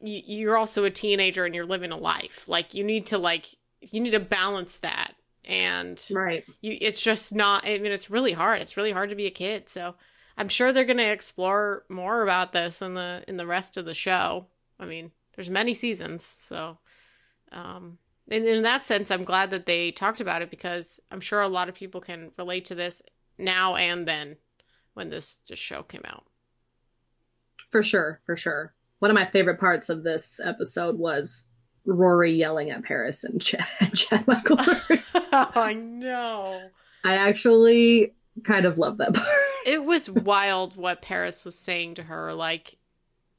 B: you, you're also a teenager and you're living a life like you need to like you need to balance that and
A: right
B: you it's just not i mean it's really hard it's really hard to be a kid so i'm sure they're going to explore more about this in the in the rest of the show i mean there's many seasons so um and in that sense i'm glad that they talked about it because i'm sure a lot of people can relate to this now and then when this, this show came out
A: For sure, for sure. One of my favorite parts of this episode was Rory yelling at Paris and Chad, Chad Michael. Murray.
B: i know
A: I actually kind of love that part.
B: it was wild what Paris was saying to her. Like,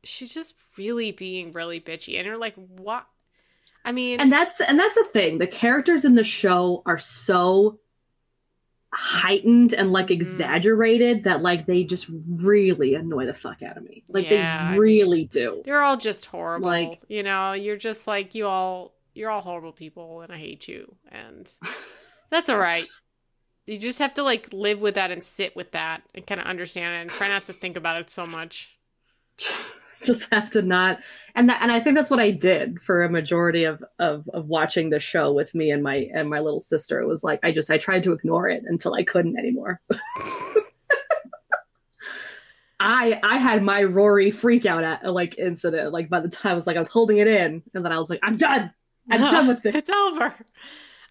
B: she's just really being really bitchy. And you're like, what? I mean,
A: and that's and that's the thing the characters in the show are so heightened and like
B: Mm-hmm.
A: exaggerated that like they just really annoy the fuck out of me like
B: Yeah, I
A: they
B: mean-
A: really do
B: they're all just horrible.
A: Like-
B: you know, you're just like, you all, you're all horrible people and I hate you. And that's all right. You just have to like live with that and sit with that and kind of understand it and try not to think about it so much.
A: just have to not and that and i think that's what i did for a majority of of of watching the show with me and my and my little sister it was like i just i tried to ignore it until i couldn't anymore i i had my rory freak out at like incident like by the time i was like i was holding it in and then i was like i'm done i'm done with this
B: it's over.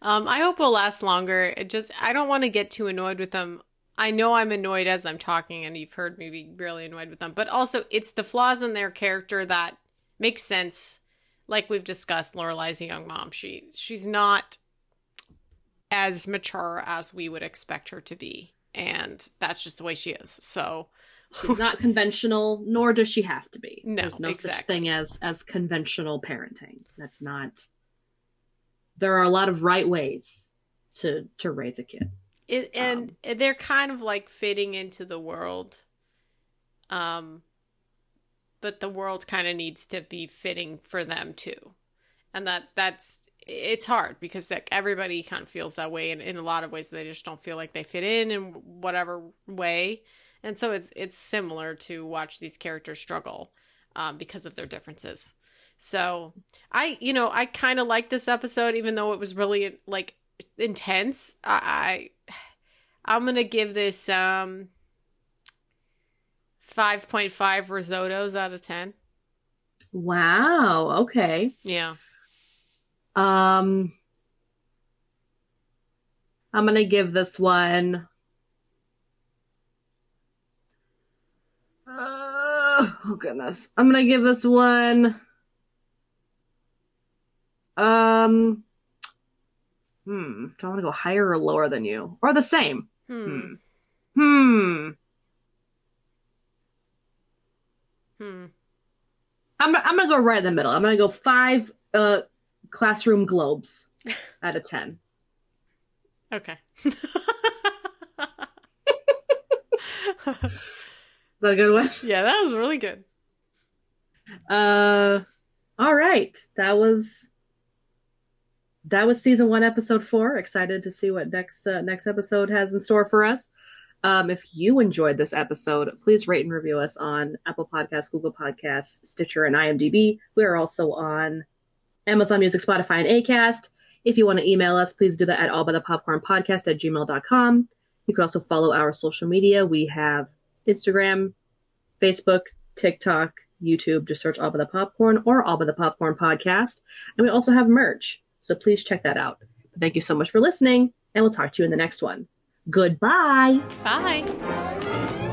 B: Um, I hope it'll last longer. It just I don't want to get too annoyed with them. I know I'm annoyed as I'm talking, and you've heard me be really annoyed with them. But also, it's the flaws in their character that makes sense. Like we've discussed, Lorelai's a young mom. She she's not as mature as we would expect her to be, and that's just the way she is. So
A: she's not conventional nor does she have to be
B: No,
A: there's no such
B: exactly.
A: thing as as conventional parenting that's not there are a lot of right ways to to raise a kid
B: it, and they're kind of like fitting into the world um but the world kind of needs to be fitting for them too and that that's it's hard because like everybody kind of feels that way and in a lot of ways they just don't feel like they fit in in whatever way and so it's it's similar to watch these characters struggle um, because of their differences so i you know i kind of like this episode even though it was really like intense i, I i'm gonna give this um 5.5 risottos out of 10
A: wow okay
B: yeah
A: um i'm gonna give this one Uh, oh goodness i'm gonna give this one um hmm do i want to go higher or lower than you or the same
B: hmm
A: hmm
B: hmm
A: I'm I'm gonna go right in the middle. I'm gonna go five uh classroom globes out of ten.
B: Okay.
A: Is that a good one?
B: Yeah, that was really good.
A: Uh, all right. That was that was season one, episode four. Excited to see what next uh, next episode has in store for us. Um, if you enjoyed this episode, please rate and review us on Apple Podcasts, Google Podcasts, Stitcher, and IMDb. We are also on Amazon Music, Spotify, and Acast. If you want to email us, please do that at allbythepopcornpodcast at gmail.com. You can also follow our social media. We have Instagram, Facebook, TikTok, YouTube. Just search All By The Popcorn or All By The Popcorn Podcast. And we also have merch. So please check that out. Thank you so much for listening, and we'll talk to you in the next one. Goodbye.
B: Bye.